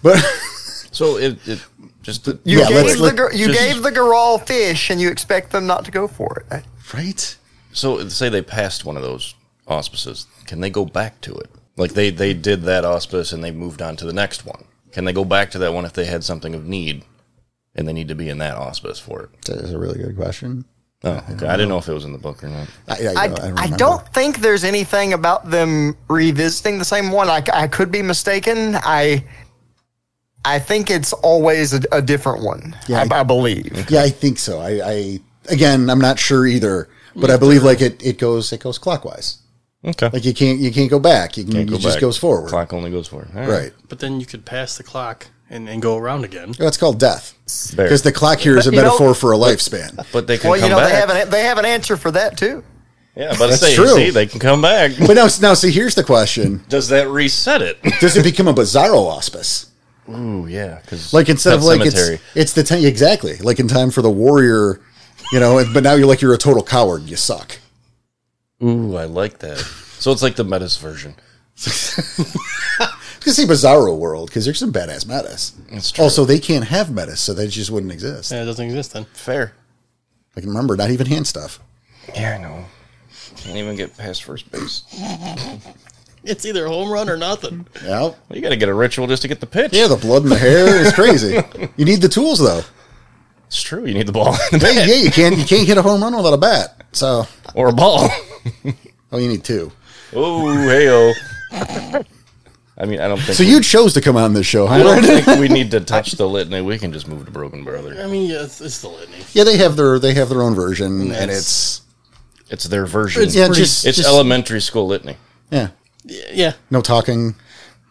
But
so it, it just
You
Yeah, let's-
gave the
let's
gir- you
just-
gave the Garal fish, and you expect them not to go for it.
right.
so say they passed one of those auspices. Can they go back to it? Like they they did that auspice and they moved on to the next one. Can they go back to that one if they had something of need and they need to be in that auspice for it?
That is a really good question.
Oh, okay. I didn't know if it was in the book or not.
I, I,
I,
don't- I don't
I
remember.
don't think there's anything about them revisiting the same one. I, I could be mistaken. I I think it's always a, a different one.
Yeah,
I, I believe.
Yeah, I think so. I, I again, I'm not sure either, but I believe like it, it goes it goes clockwise.
Okay.
Like you can't you can't go back. You can it
Go
just
back.
goes forward.
Clock only goes forward. All
Right.
But then you could pass the clock and, and go around again.
That's called death.
There.
Because the clock here is a
But, you know-
metaphor for a lifespan.
But they can
Well,
come
you know
back.
they have an they have an answer for that too.
yeah, but
That's
say,
true.
see, they can come back.
But now, now see, here's the question:
Does that reset it?
Does it become a bizarro auspice?
Ooh, yeah. Cause
Like instead
Pet
of like
Sematary.
it's it's the time exactly like in time for the warrior, you know. But now you're like you're a total coward. You suck.
Ooh, I like that. So it's like the Metis version.
Because see, bizarro world because there's some badass metas.
That's true.
Also, they can't have metas, so they just wouldn't exist.
Yeah, it doesn't exist then.
fair.
Like remember, not even hand stuff.
Yeah, I know. Can't even get past first base.
It's either home run or nothing.
Yeah.
Well, you got to get a ritual just to get the pitch.
Yeah, the blood and the hair is crazy. you need the tools though.
It's true. You need the ball in the
Yeah,
bat
yeah, you can't you can't hit a home run without a bat. So,
or a ball.
oh, you need two.
oh, hey, oh. I mean, I don't think.
So
we-
you chose to come on this show,
I don't
Heinrich.
think we need to touch the litany. We can just move to Broken
I
Brother.
mean, yeah, it's, it's the litany.
Yeah, they have their they have their own version, and it's
That's-
It's their version.
It's-
It's,
yeah,
pretty-
just, just-
elementary school litany.
yeah,
Yeah, yeah.
no talking.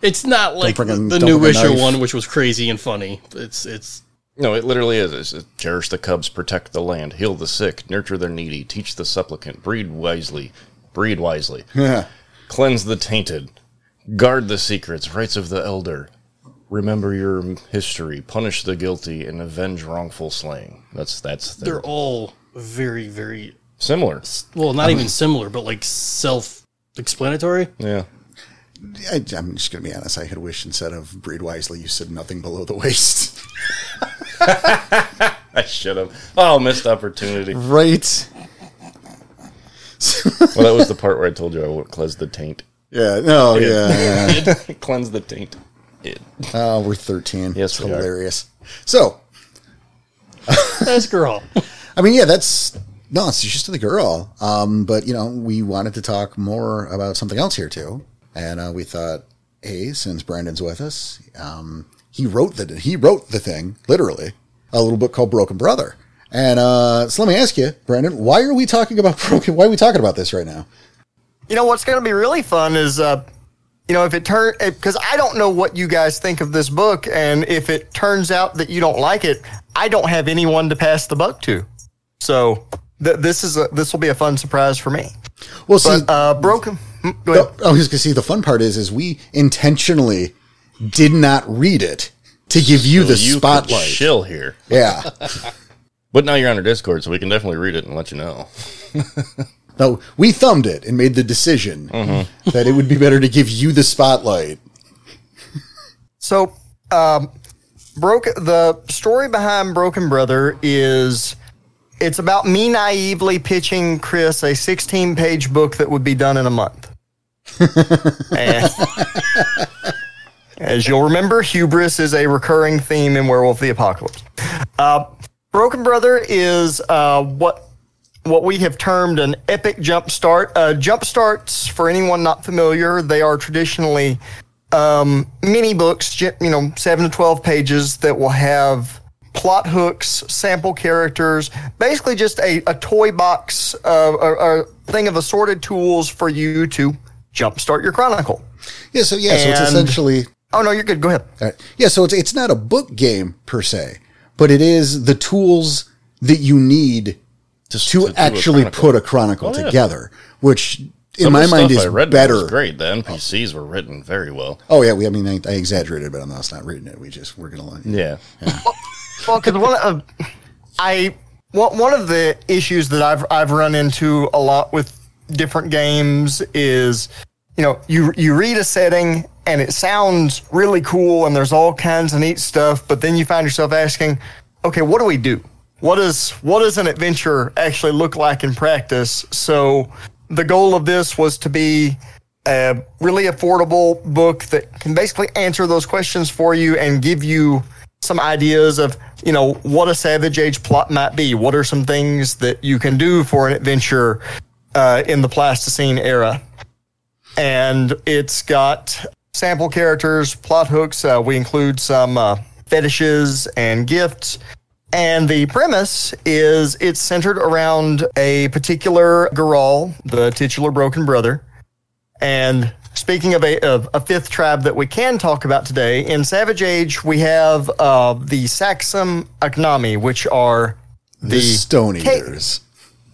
it's not like
bring a-
the, the
don't
new
bring a
issue
knife.
one, which was crazy and funny. It's it's
No, it literally is. It's, it's cherish the cubs, protect the land, heal the sick, nurture the needy, teach the supplicant, breed wisely, breed wisely,
Yeah,
cleanse the tainted, guard the secrets, rights of the elder, remember your history, punish the guilty, and avenge wrongful slaying. That's that's
they're
their,
all very very
similar.
well, not even similar, but like self-explanatory.
Yeah,
I, I'm just gonna be honest. I had wished instead of breed wisely, you said nothing below the waist.
I should have. Oh, missed opportunity. well,
right?
that was the part where I told you I would cleanse the taint.
Yeah. No. Yeah. yeah.
cleanse the taint. It.
oh, we're thirteen.
Yes,
It's
we are.
hilarious. So,
That's girl.
I mean, yeah, that's no, it's just to the girl. Um, but you know, we wanted to talk more about something else here too, and uh, we thought, hey, since Brandon's with us, um, he wrote the he wrote the thing literally, a little book called Broken Brother. And uh, so let me ask you, Brandon, why are we talking about broken? Why are we talking about this right now?
You know what's going to be really fun is, uh, you know, if it turn because I don't know what you guys think of this book, and if it turns out that you don't like it, I don't have anyone to pass the buck to. So th- this is a, this will be a fun surprise for me.
Well, see,
Uh, broken. mm, Go ahead.
the- I was gonna see the fun part is is we intentionally did not read it to give you the
You could
spotlight.
Chill here.
Yeah.
But now you're on our Discord, so we can definitely read it and let you know.
No, we thumbed it and made the decision
Mm-hmm.
that it would be better to give you the spotlight.
So, um, broke the story behind Broken Brother is it's about me naively pitching Chris a 16 page book that would be done in a month. And- as you'll remember, hubris is a recurring theme in Werewolf the Apocalypse. Uh, Broken Brother is uh, what what we have termed an epic jump start. Uh, jump starts, for anyone not familiar, they are traditionally um, mini books, ge- you know, seven to 12 pages that will have plot hooks, sample characters, basically just a, a toy box, uh, a, a thing of assorted tools for you to jumpstart your chronicle.
Yeah, so yeah, so
And-
it's essentially
Oh, no, you're good. Go ahead.
all right. yeah, so it's it's not a book game per se, but it is the tools that you need
Just
to,
do a
actually
chronicle. Oh,
put a chronicle
yeah.
together, which in
Some of
my
the
mind
stuff
is
I read
better.
Was great. The NPCs were written very well.
Oh yeah, we I mean I, I exaggerated, but I'm not, it's not reading it. We just we're gonna learn.
Yeah.
Well, because one of I one one of the issues that I've I've run into a lot with different games is you know you you read a setting and it sounds really cool and there's all kinds of neat stuff, but then you find yourself asking, okay, what do we do? What is what does an adventure actually look like in practice? So the goal of this was to be a really affordable book that can basically answer those questions for you and give you some ideas of you know what a savage age plot might be what are some things that you can do for an adventure uh, in the pleistocene era and it's got sample characters plot hooks uh, we include some uh, fetishes and gifts and the premise is it's centered around a particular Garal, the titular broken brother and speaking of a, of a fifth tribe that we can talk about today, in Savage Age, we have uh, the Saxum Agnami, which are the,
The Stone
ca-
Eaters.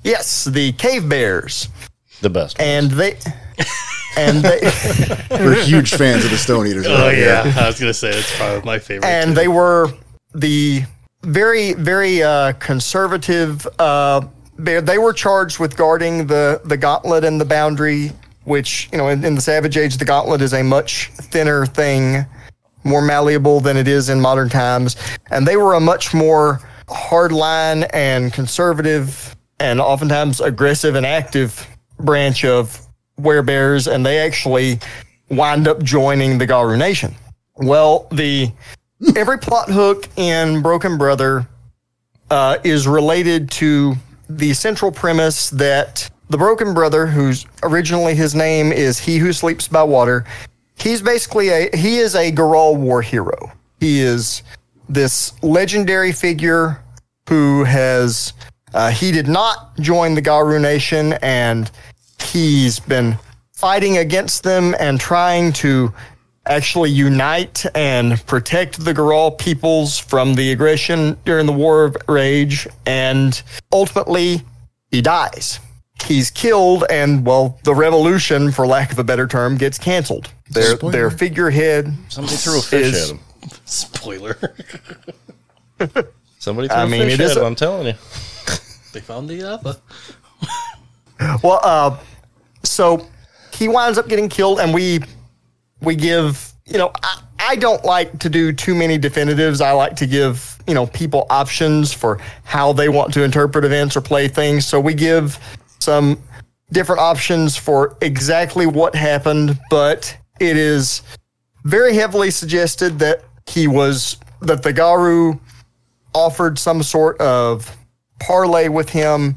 yes, the cave bears.
The best.
And they. And they,
We're huge fans of the Stone Eaters.
Oh yeah, I was gonna say that's probably my favorite.
Uh,
and they were the very, very uh, conservative. Uh, bear. They were charged with guarding the the gauntlet and the boundary, which you know, in, in the Savage Age, the gauntlet is a much thinner thing, more malleable than it is in modern times, and they were a much more hardline and conservative, and oftentimes aggressive and active branch of werebears, and they actually wind up joining the Garu Nation. Well, the every plot hook in Broken Brother uh, is related to the central premise that the Broken Brother, who's originally his name is He Who Sleeps by Water, he's basically a he is a Garal war hero. He is this legendary figure who has uh, he did not join the Garu Nation and he's been fighting against them and trying to actually unite and protect the Garal peoples from the aggression during the War of Rage. And ultimately, he dies. He's killed, and well, the revolution, for lack of a better term, gets canceled. Their
Spoiler.
their figurehead.
Somebody threw a fish
Is-
at him.
Spoiler.
Somebody threw
I
a
mean,
fish
it
at
is
him.
a-
I'm telling you.
they found the uh, alpha.
Well, uh, so he winds up getting killed, and we we give you know I, I don't like to do too many definitives. I like to give you know people options for how they want to interpret events or play things. So we give some different options for exactly what happened, but it is very heavily suggested that he was that the Garu offered some sort of parlay with him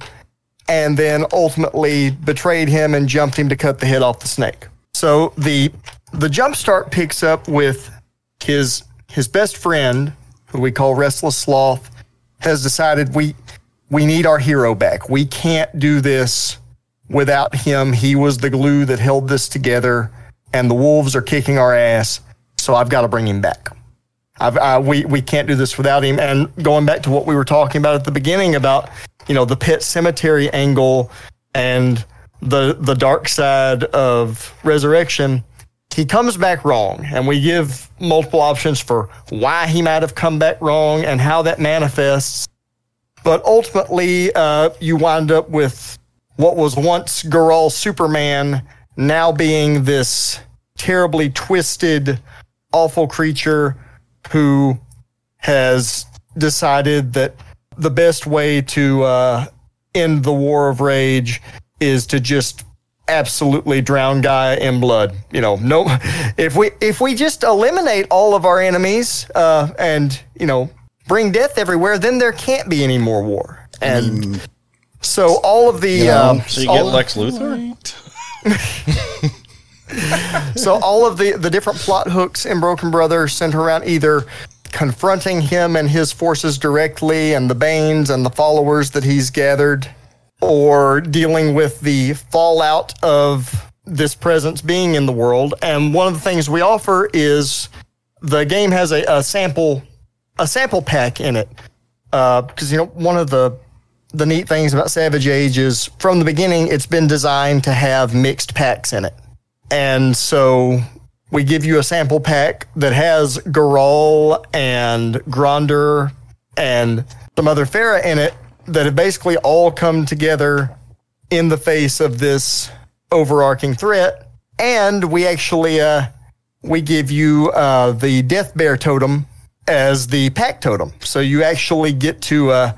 and then ultimately betrayed him and jumped him to cut the head off the snake. So the the jump start picks up with his his best friend, who we call Restless Sloth, has decided we we need our hero back. We can't do this without him. He was the glue that held this together, and the wolves are kicking our ass. So I've got to bring him back. I've, I, we we can't do this without him. And going back to what we were talking about at the beginning about you know the pet cemetery angle and the the dark side of resurrection, he comes back wrong, and we give multiple options for why he might have come back wrong and how that manifests. But ultimately, uh, you wind up with what was once Garal Superman now being this terribly twisted, awful creature who has decided that the best way to uh, end the war of rage is to just absolutely drown guy in blood. You know, no, if we if we just eliminate all of our enemies uh, and you know bring death everywhere, then there can't be any more war. And so all of the
Yeah.
um,
So Mm. you
all
get
of-
Lex Luthor?
so all of the the different plot hooks in Broken Brother center around either confronting him and his forces directly and the Banes and the followers that he's gathered or dealing with the fallout of this presence being in the world and one of the things we offer is the game has a, a sample a sample pack in it because you know one of the the neat things about Savage Age is from the beginning it's been designed to have mixed packs in it, and so we give you a sample pack that has Garol and Gronder and some other Farah in it that have basically all come together in the face of this overarching threat, and we actually uh, we give you uh, the Death Bear totem as the pack totem. So you actually get to uh,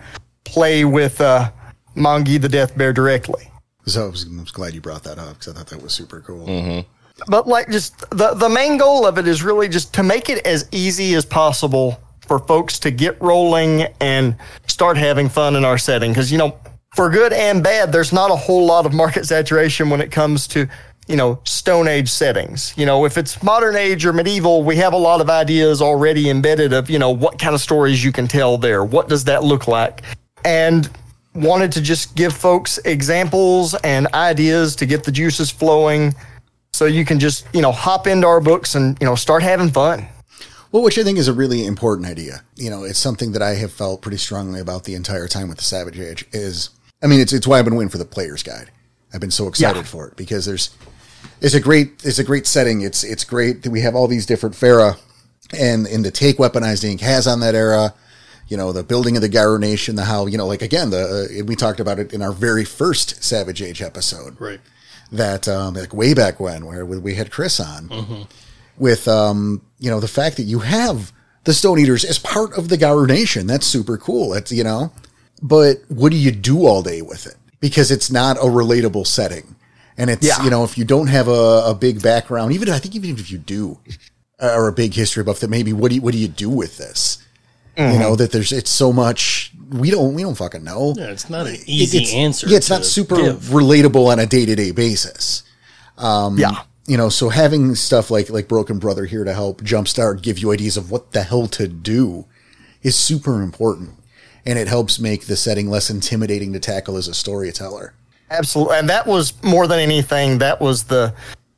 play with uh, Mongi the Death Bear directly.
So I was, I was glad you brought that up because I thought that was super cool.
But like, just the the main goal of it is really just to make it as easy as possible for folks to get rolling and start having fun in our setting. Because you know, for good and bad, there's not a whole lot of market saturation when it comes to you know Stone Age settings. You know, if it's modern age or medieval, we have a lot of ideas already embedded of you know what kind of stories you can tell there. What does that look like? And wanted to just give folks examples and ideas to get the juices flowing so you can just you know hop into our books and you know start having fun
Well, which I think is a really important idea. You know, it's something that I have felt pretty strongly about the entire time with the Savage Age is, I mean, it's, it's why I've been waiting for the player's guide. I've been so excited
Yeah.
for it because there's, it's a great, it's a great setting. It's, it's great that we have all these different Farah and, and the take weaponized ink has on that era. You know, the building of the Garu Nation, the how, you know, like again, the, uh, we talked about it in our very first Savage Age episode
Right.
that um, like way back when where we we had Chris on with um, you know the fact that you have the Stone Eaters as part of the Garu Nation. That's super cool. That's you know, but what do you do all day with it? Because it's not a relatable setting, and it's
Yeah.
you know if you don't have a, a big background, even I think even if you do, uh, or a big history buff, that maybe what do you, what do you do with this? You know that there's it's so much we don't we don't fucking know.
Yeah, it's not an easy
it's,
answer.
Yeah, it's
to
not super
give.
relatable on a day to day basis.
yeah.
You know, so having stuff like like Broken Brother here to help jumpstart, give you ideas of what the hell to do, is super important, and it helps make the setting less intimidating to tackle as a storyteller.
Absolutely, and that was more than anything. That was the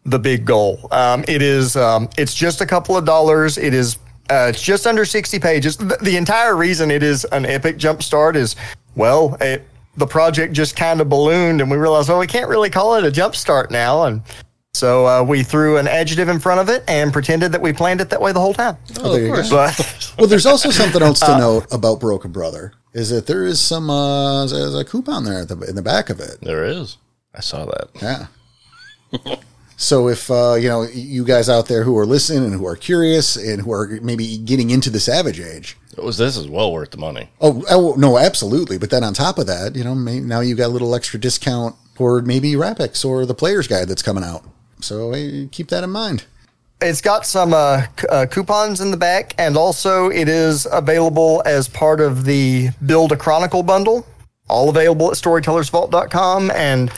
the big goal. Um, it is. Um, it's just a couple of dollars. It is. Uh, it's just under sixty pages. The, the entire reason it is an epic jumpstart is, well, it, the project just kind of ballooned, and we realized, well, we can't really call it a jumpstart now, and so uh, we threw an adjective in front of it and pretended that we planned it that way the whole time.
Oh, there you go.
But
Well, there's also something else to note about Broken Brother is that there is some uh, there's a coupon there at the, in the back of it.
There is. I saw that.
Yeah. so if uh, you know you guys out there who are listening and who are curious and who are maybe getting into the Savage Age,
It was this is well worth the money.
oh, oh no, absolutely. But then on top of that, you know, may now you got a little extra discount for maybe Rapex or the Player's Guide that's coming out. So hey, keep that in mind.
It's got some uh, c- uh, coupons in the back, and also it is available as part of the Build a Chronicle bundle. All available at storytellersvault.com, and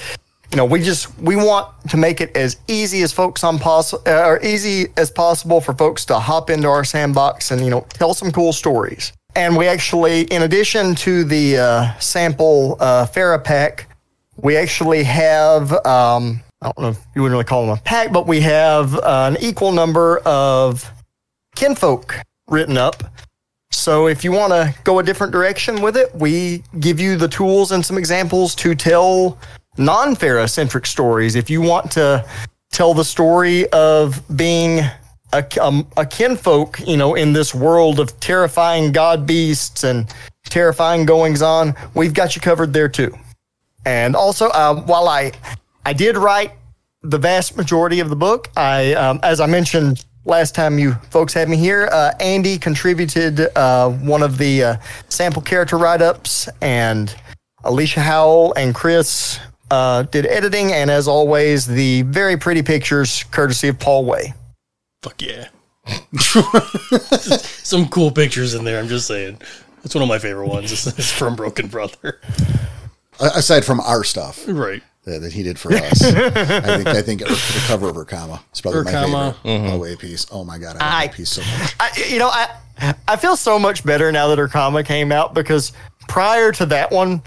you know we just we want to make it as easy as folks on poss- uh, or easy as possible for folks to hop into our sandbox and you know tell some cool stories. And we actually, in addition to the uh, sample uh, Farah pack, we actually have um, I don't know if you wouldn't really call them a pack, but we have uh, an equal number of kinfolk written up. So if you want to go a different direction with it, we give you the tools and some examples to tell non-ferrocentric stories. If you want to tell the story of being a, um, a kinfolk, you know, in this world of terrifying god beasts and terrifying goings on, we've got you covered there too. And also, um, while I I did write the vast majority of the book, I um, as I mentioned last time you folks had me here, uh, Andy contributed uh, one of the uh, sample character write ups, and Alicia Howell and Chris uh, did editing, and as always, the very pretty pictures courtesy of Paul Way.
Fuck yeah. Some cool pictures in there. I'm just saying. That's one of my favorite ones. It's, it's from Broken Brother.
A- Aside from our stuff
Right.
that, that he did for us, I think I think the cover of Urkama is probably my
Urkama.
favorite away piece. Oh my god, I
I-
love that piece so much.
I, you know, I I feel so much better now that her comic came out because prior to that one,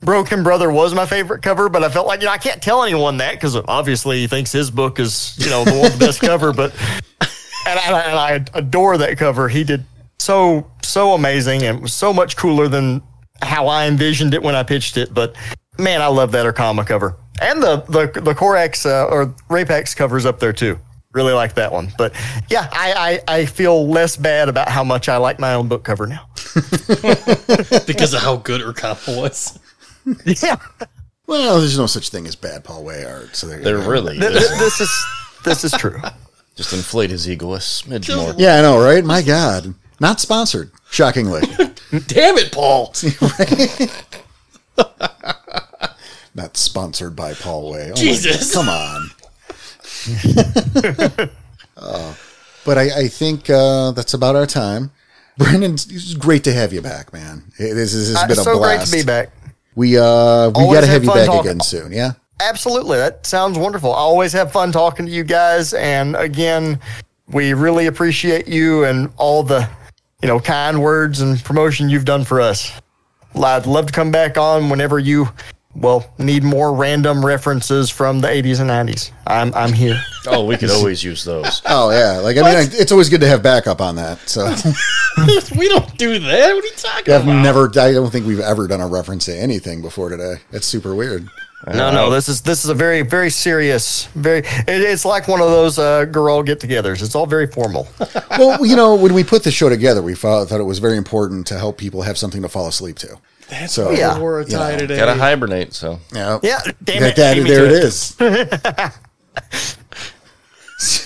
Broken Brother was my favorite cover, but I felt like you know I can't tell anyone that because obviously he thinks his book is you know the one with the best cover, but and I, and I adore that cover. He did so so amazing and was so much cooler than how I envisioned it when I pitched it. But man, I love that her comic cover and the the the Corex uh, or Rapex covers up there too. Really like that one. But yeah, I, I I feel less bad about how much I like my own book cover now.
Because of how good Urkama was.
Yeah,
Well, there's no such thing as bad Paul Way art. So there you
They're
go.
really just,
this is this is true.
just inflate his ego a smidge more.
Yeah, I know, right? My God. Not sponsored, shockingly.
Damn it, Paul.
Not sponsored by Paul Way. Oh my
Jesus.
God, come on. Oh, but I, I think uh, that's about our time. Brendan, it's great to have you back, man. It- This, this has
Uh,
been a
so great
blast.
to be back.
We uh, we
Always
got to
had
have you
fun
back
talking.
again soon. Yeah.
Absolutely. That sounds wonderful. I always have fun talking to you guys. And again, we really appreciate you and all the, you know, kind words and promotion you've done for us. I'd love to come back on whenever you, well, need more random references from the 80s and 90s. I'm, I'm here.
Oh, we could always use those.
Oh yeah. Like I mean, I, it's always good to have backup on that. So
we don't do that. What are you talking
I've
about?
never. I don't think we've ever done a reference to anything before today. That's super weird.
No, no, this is this is a very, very serious, very. It, it's like one of those uh, girl get-togethers. It's all very formal.
well, you know, when we put the show together, we thought, thought it was very important to help people have something to fall asleep to.
That's
So,
so, why
yeah.
I wore a tie
Yeah.
today.
Gotta hibernate, so
Yeah.
Yeah, damn
That-
it,
that-
beat me
there it
to it.
is.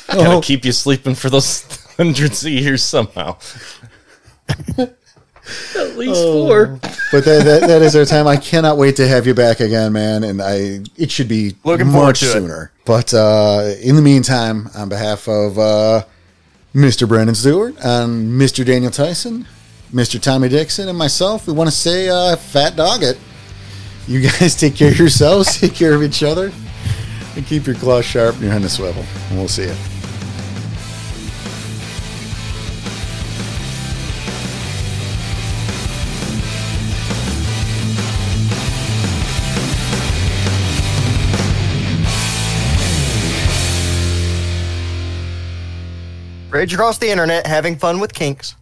gotta keep you sleeping for those hundreds of years somehow.
At least four.
But that, that, that is our time. I cannot wait to have you back again, man. And I it should be
Looking forward
much
to it.
sooner. But uh, in the meantime, on behalf of uh, Mr. Brandon Stewart and Mr. Daniel Tyson, Mr. Tommy Dixon, and myself, we want to say uh, fat dog it. You guys take care of yourselves, take care of each other, and keep your claws sharp and your hand a swivel. And we'll see you.
Rage across the internet, having fun with kinks.